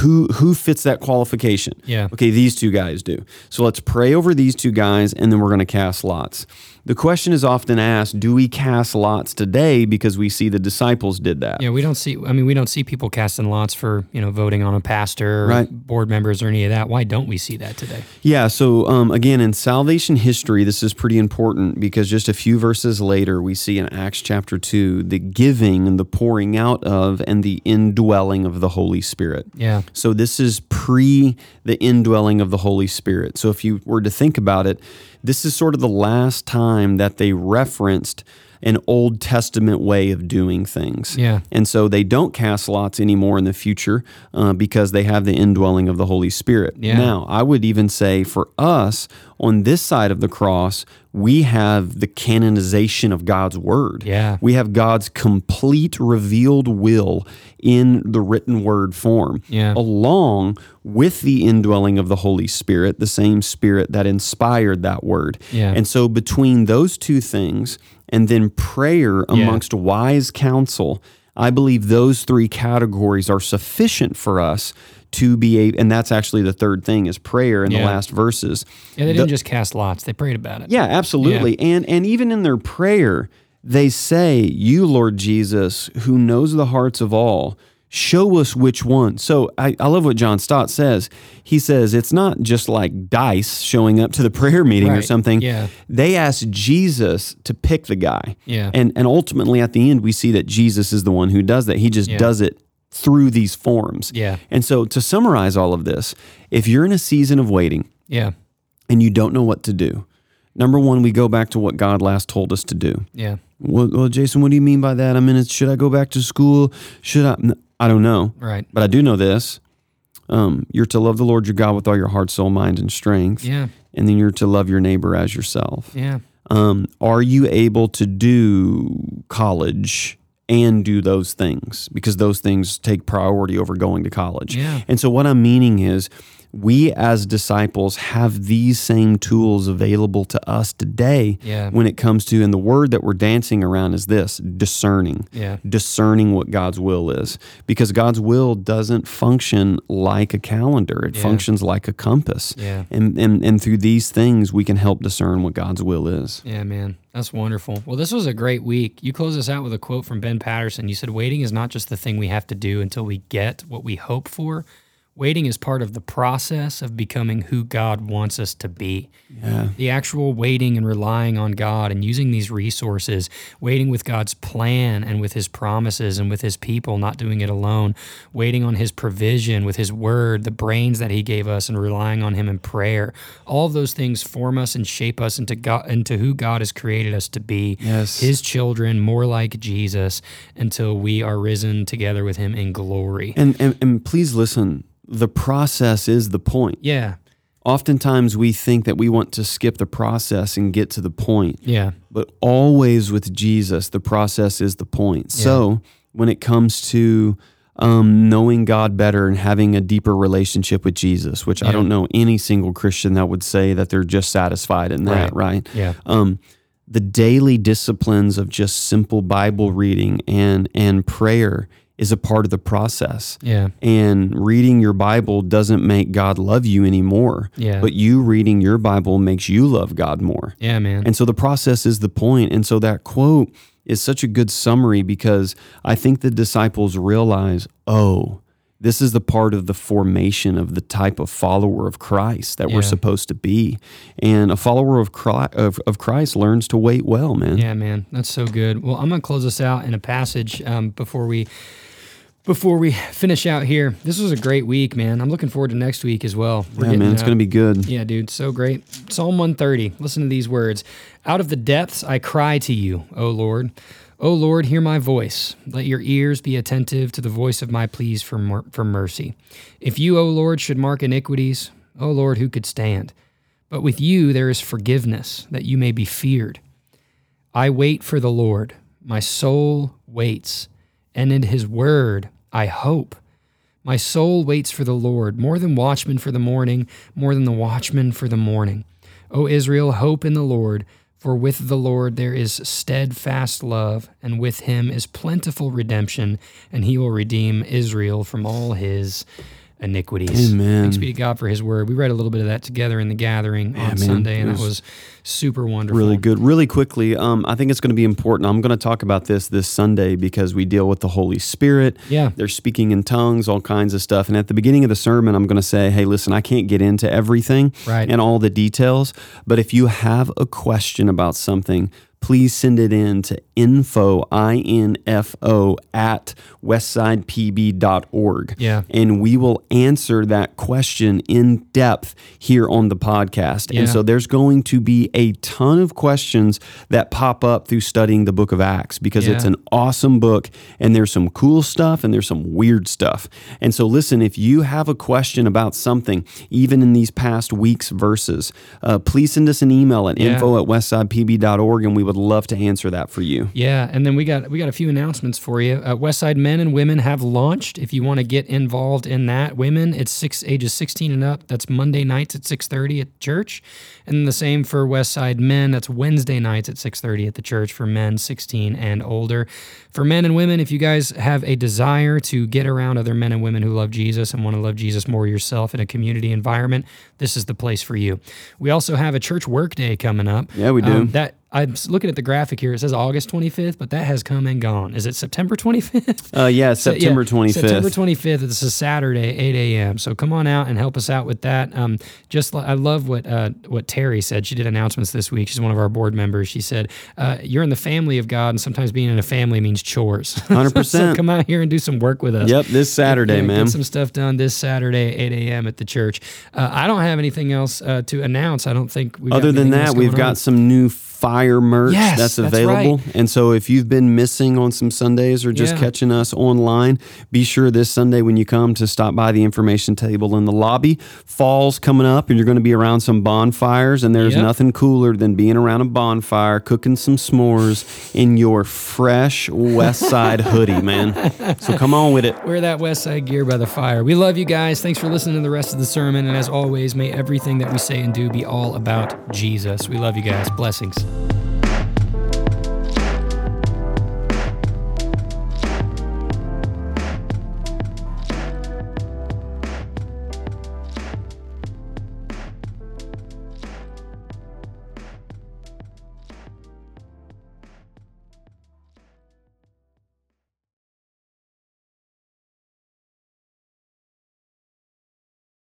[SPEAKER 2] Who who fits that qualification?
[SPEAKER 1] Yeah.
[SPEAKER 2] Okay, these two guys do. So let's pray over these two guys, and then we're going to cast lots. The question is often asked: Do we cast lots today because we see the disciples did that?
[SPEAKER 1] Yeah, we don't see. I mean, we don't see people casting lots for you know voting on a pastor, or
[SPEAKER 2] Right.
[SPEAKER 1] board members, or any of that. Why don't we see that today?
[SPEAKER 2] Yeah, so um, again, in salvation history, this is pretty important because just a few verses later, we see in Acts chapter 2 the giving and the pouring out of and the indwelling of the Holy Spirit.
[SPEAKER 1] Yeah,
[SPEAKER 2] So this is pre the indwelling of the Holy Spirit. So if you were to think about it, this is sort of the last time that they referenced an Old Testament way of doing things.
[SPEAKER 1] Yeah.
[SPEAKER 2] And so they don't cast lots anymore in the future uh, because they have the indwelling of the Holy Spirit.
[SPEAKER 1] Yeah.
[SPEAKER 2] Now, I would even say for us on this side of the cross, we have the canonization of God's word.
[SPEAKER 1] Yeah.
[SPEAKER 2] We have God's complete revealed will in the written word form,
[SPEAKER 1] Yeah.
[SPEAKER 2] along with the indwelling of the Holy Spirit, the same Spirit that inspired that word.
[SPEAKER 1] Yeah.
[SPEAKER 2] And so, between those two things, and then prayer amongst wise counsel, I believe those three categories are sufficient for us to be a and that's actually the third thing is prayer in
[SPEAKER 1] Yeah.
[SPEAKER 2] the last verses
[SPEAKER 1] yeah. They didn't just cast lots; they prayed about it.
[SPEAKER 2] yeah, absolutely. And and even in their prayer, they say, "You, Lord Jesus, who knows the hearts of all, show us which one." So I, I love what John Stott says. He says it's not just like dice showing up to the prayer meeting
[SPEAKER 1] Right.
[SPEAKER 2] or something.
[SPEAKER 1] Yeah.
[SPEAKER 2] They ask Jesus to pick the guy.
[SPEAKER 1] Yeah.
[SPEAKER 2] And and ultimately at the end we see that Jesus is the one who does that. He just does it through these forms.
[SPEAKER 1] Yeah.
[SPEAKER 2] And so to summarize all of this, if you're in a season of waiting,
[SPEAKER 1] yeah,
[SPEAKER 2] and you don't know what to do, number one, we go back to what God last told us to do.
[SPEAKER 1] yeah,
[SPEAKER 2] Well, well Jason, what do you mean by that? I mean, it's- should I go back to school? Should I? N- I don't know,
[SPEAKER 1] right.
[SPEAKER 2] but I do know this. Um, you're to love the Lord your God with all your heart, soul, mind, and strength.
[SPEAKER 1] Yeah,
[SPEAKER 2] And then you're to love your neighbor as yourself.
[SPEAKER 1] yeah,
[SPEAKER 2] Um, are you able to do college and do those things? Because those things take priority over going to college.
[SPEAKER 1] Yeah.
[SPEAKER 2] And so, what I'm meaning is, we as disciples have these same tools available to us today
[SPEAKER 1] Yeah.
[SPEAKER 2] when it comes to, and the word that we're dancing around is this discerning
[SPEAKER 1] yeah,
[SPEAKER 2] discerning what God's will is because God's will doesn't function like a calendar. It functions like a compass.
[SPEAKER 1] Yeah.
[SPEAKER 2] And, and and through these things we can help discern what God's will is.
[SPEAKER 1] yeah, man. That's wonderful. Well, this was a great week. You closed us out with a quote from Ben Patterson. You said, "Waiting is not just the thing we have to do until we get what we hope for. Waiting is part of the process of becoming who God wants us to be."
[SPEAKER 2] Yeah.
[SPEAKER 1] the actual waiting and relying on God and using these resources, waiting with God's plan and with his promises and with his people, not doing it alone, waiting on his provision with his word, the brains that he gave us and relying on him in prayer. All of those things form us and shape us into God into who God has created us to be.
[SPEAKER 2] Yes.
[SPEAKER 1] His children more like Jesus until we are risen together with him in glory.
[SPEAKER 2] And, and and please listen. The process is the point.
[SPEAKER 1] Yeah.
[SPEAKER 2] Oftentimes we think that we want to skip the process and get to the point.
[SPEAKER 1] Yeah.
[SPEAKER 2] but always with Jesus, the process is the point. So when it comes to um, knowing God better and having a deeper relationship with Jesus, which I don't know any single Christian that would say that they're just satisfied in that, right?
[SPEAKER 1] Yeah.
[SPEAKER 2] Um, the daily disciplines of just simple Bible reading and and prayer is a part of the process.
[SPEAKER 1] Yeah.
[SPEAKER 2] And reading your Bible doesn't make God love you anymore.
[SPEAKER 1] Yeah.
[SPEAKER 2] But you reading your Bible makes you love God more.
[SPEAKER 1] Yeah, man.
[SPEAKER 2] And so the process is the point. And so that quote is such a good summary because I think the disciples realize, oh, this is the part of the formation of the type of follower of Christ that
[SPEAKER 1] Yeah.
[SPEAKER 2] we're supposed to be. And a follower of Christ, of, of Christ learns to wait well, man.
[SPEAKER 1] Yeah, man, that's so good. Well, I'm gonna close this out in a passage um, before we before we finish out here. This was a great week, man. I'm looking forward to next week as well. We're
[SPEAKER 2] Yeah,
[SPEAKER 1] getting,
[SPEAKER 2] man, it's
[SPEAKER 1] uh,
[SPEAKER 2] going to be good.
[SPEAKER 1] yeah, dude, so great. Psalm 130. Listen to these words. Out of the depths I cry to you, O Lord. O Lord, hear my voice. Let your ears be attentive to the voice of my pleas for, mer- for mercy. If you, O Lord, should mark iniquities, O Lord, who could stand? But with you there is forgiveness, that you may be feared. I wait for the Lord. My soul waits, and in his word I hope. My soul waits for the Lord, more than watchmen for the morning, more than the watchman for the morning. O Israel, hope in the Lord, for with the Lord there is steadfast love, and with him is plentiful redemption, and he will redeem Israel from all his iniquities.
[SPEAKER 2] Amen.
[SPEAKER 1] Thanks be to God for his word. We read a little bit of that together in the gathering on Sunday, and that was super wonderful.
[SPEAKER 2] Really good. Really quickly, um, I think it's going to be important. I'm going to talk about this this Sunday because we deal with the Holy Spirit.
[SPEAKER 1] Yeah.
[SPEAKER 2] They're speaking in tongues, all kinds of stuff. And at the beginning of the sermon, I'm going to say, hey, listen, I can't get into everything
[SPEAKER 1] Right.
[SPEAKER 2] and all the details, but if you have a question about something, please send it in to info, I-N-F-O, at westsidepb.org
[SPEAKER 1] Yeah.
[SPEAKER 2] and we will answer that question in depth here on the podcast.
[SPEAKER 1] Yeah.
[SPEAKER 2] And so there's going to be a ton of questions that pop up through studying the book of Acts because it's
[SPEAKER 1] Yeah.
[SPEAKER 2] an awesome book and there's some cool stuff and there's some weird stuff. And so listen, if you have a question about something, even in these past week's verses, uh, please send us an email at
[SPEAKER 1] Yeah.
[SPEAKER 2] info at westsidepb.org and we would love to answer that for you.
[SPEAKER 1] Yeah, and then we got we got a few announcements for you. Uh, Westside Men and Women have launched. If you want to get involved in that, women it's six ages sixteen and up. That's Monday nights at six thirty at church, and the same for Westside Men. That's Wednesday nights at six thirty at the church for men sixteen and older. For men and women, if you guys have a desire to get around other men and women who love Jesus and want to love Jesus more yourself in a community environment, this is the place for you. We also have a church work day coming up. Um,
[SPEAKER 2] Yeah, we do.
[SPEAKER 1] that I'm s- looking at the graphic here. It says August 25th, but that has come and gone. Is it September 25th?
[SPEAKER 2] Uh, yeah, September
[SPEAKER 1] Yeah,
[SPEAKER 2] 25th.
[SPEAKER 1] September 25th. It's a Saturday, 8 a.m. So come on out and help us out with that. Um, just li- I love what uh, what Terry said. She did announcements this week. She's one of our board members. She said, uh, "You're in the family of God, and sometimes being in a family means chores.
[SPEAKER 2] 100%.
[SPEAKER 1] come out here and do some work with us.
[SPEAKER 2] Yep, this Saturday,
[SPEAKER 1] Yeah,
[SPEAKER 2] man.
[SPEAKER 1] Get some stuff done this Saturday, 8 a.m. at the church. Uh, I don't have anything else uh, to announce. I don't think. We've got
[SPEAKER 2] Other than
[SPEAKER 1] anything else
[SPEAKER 2] that, we've
[SPEAKER 1] going
[SPEAKER 2] got
[SPEAKER 1] on.
[SPEAKER 2] some new fire merch
[SPEAKER 1] Yes,
[SPEAKER 2] that's
[SPEAKER 1] that's
[SPEAKER 2] available. And so if you've been missing on some Sundays or just
[SPEAKER 1] Yeah.
[SPEAKER 2] catching us online, be sure this Sunday when you come to stop by the information table in the lobby. Fall's coming up and you're going to be around some bonfires and there's
[SPEAKER 1] Yep.
[SPEAKER 2] nothing cooler than being around a bonfire cooking some s'mores in your fresh West Side hoodie, man. So come on with it.
[SPEAKER 1] Wear that West Side gear by the fire. We love you guys. Thanks for listening to the rest of the sermon. And as always, may everything that we say and do be all about Jesus. We love you guys. Blessings.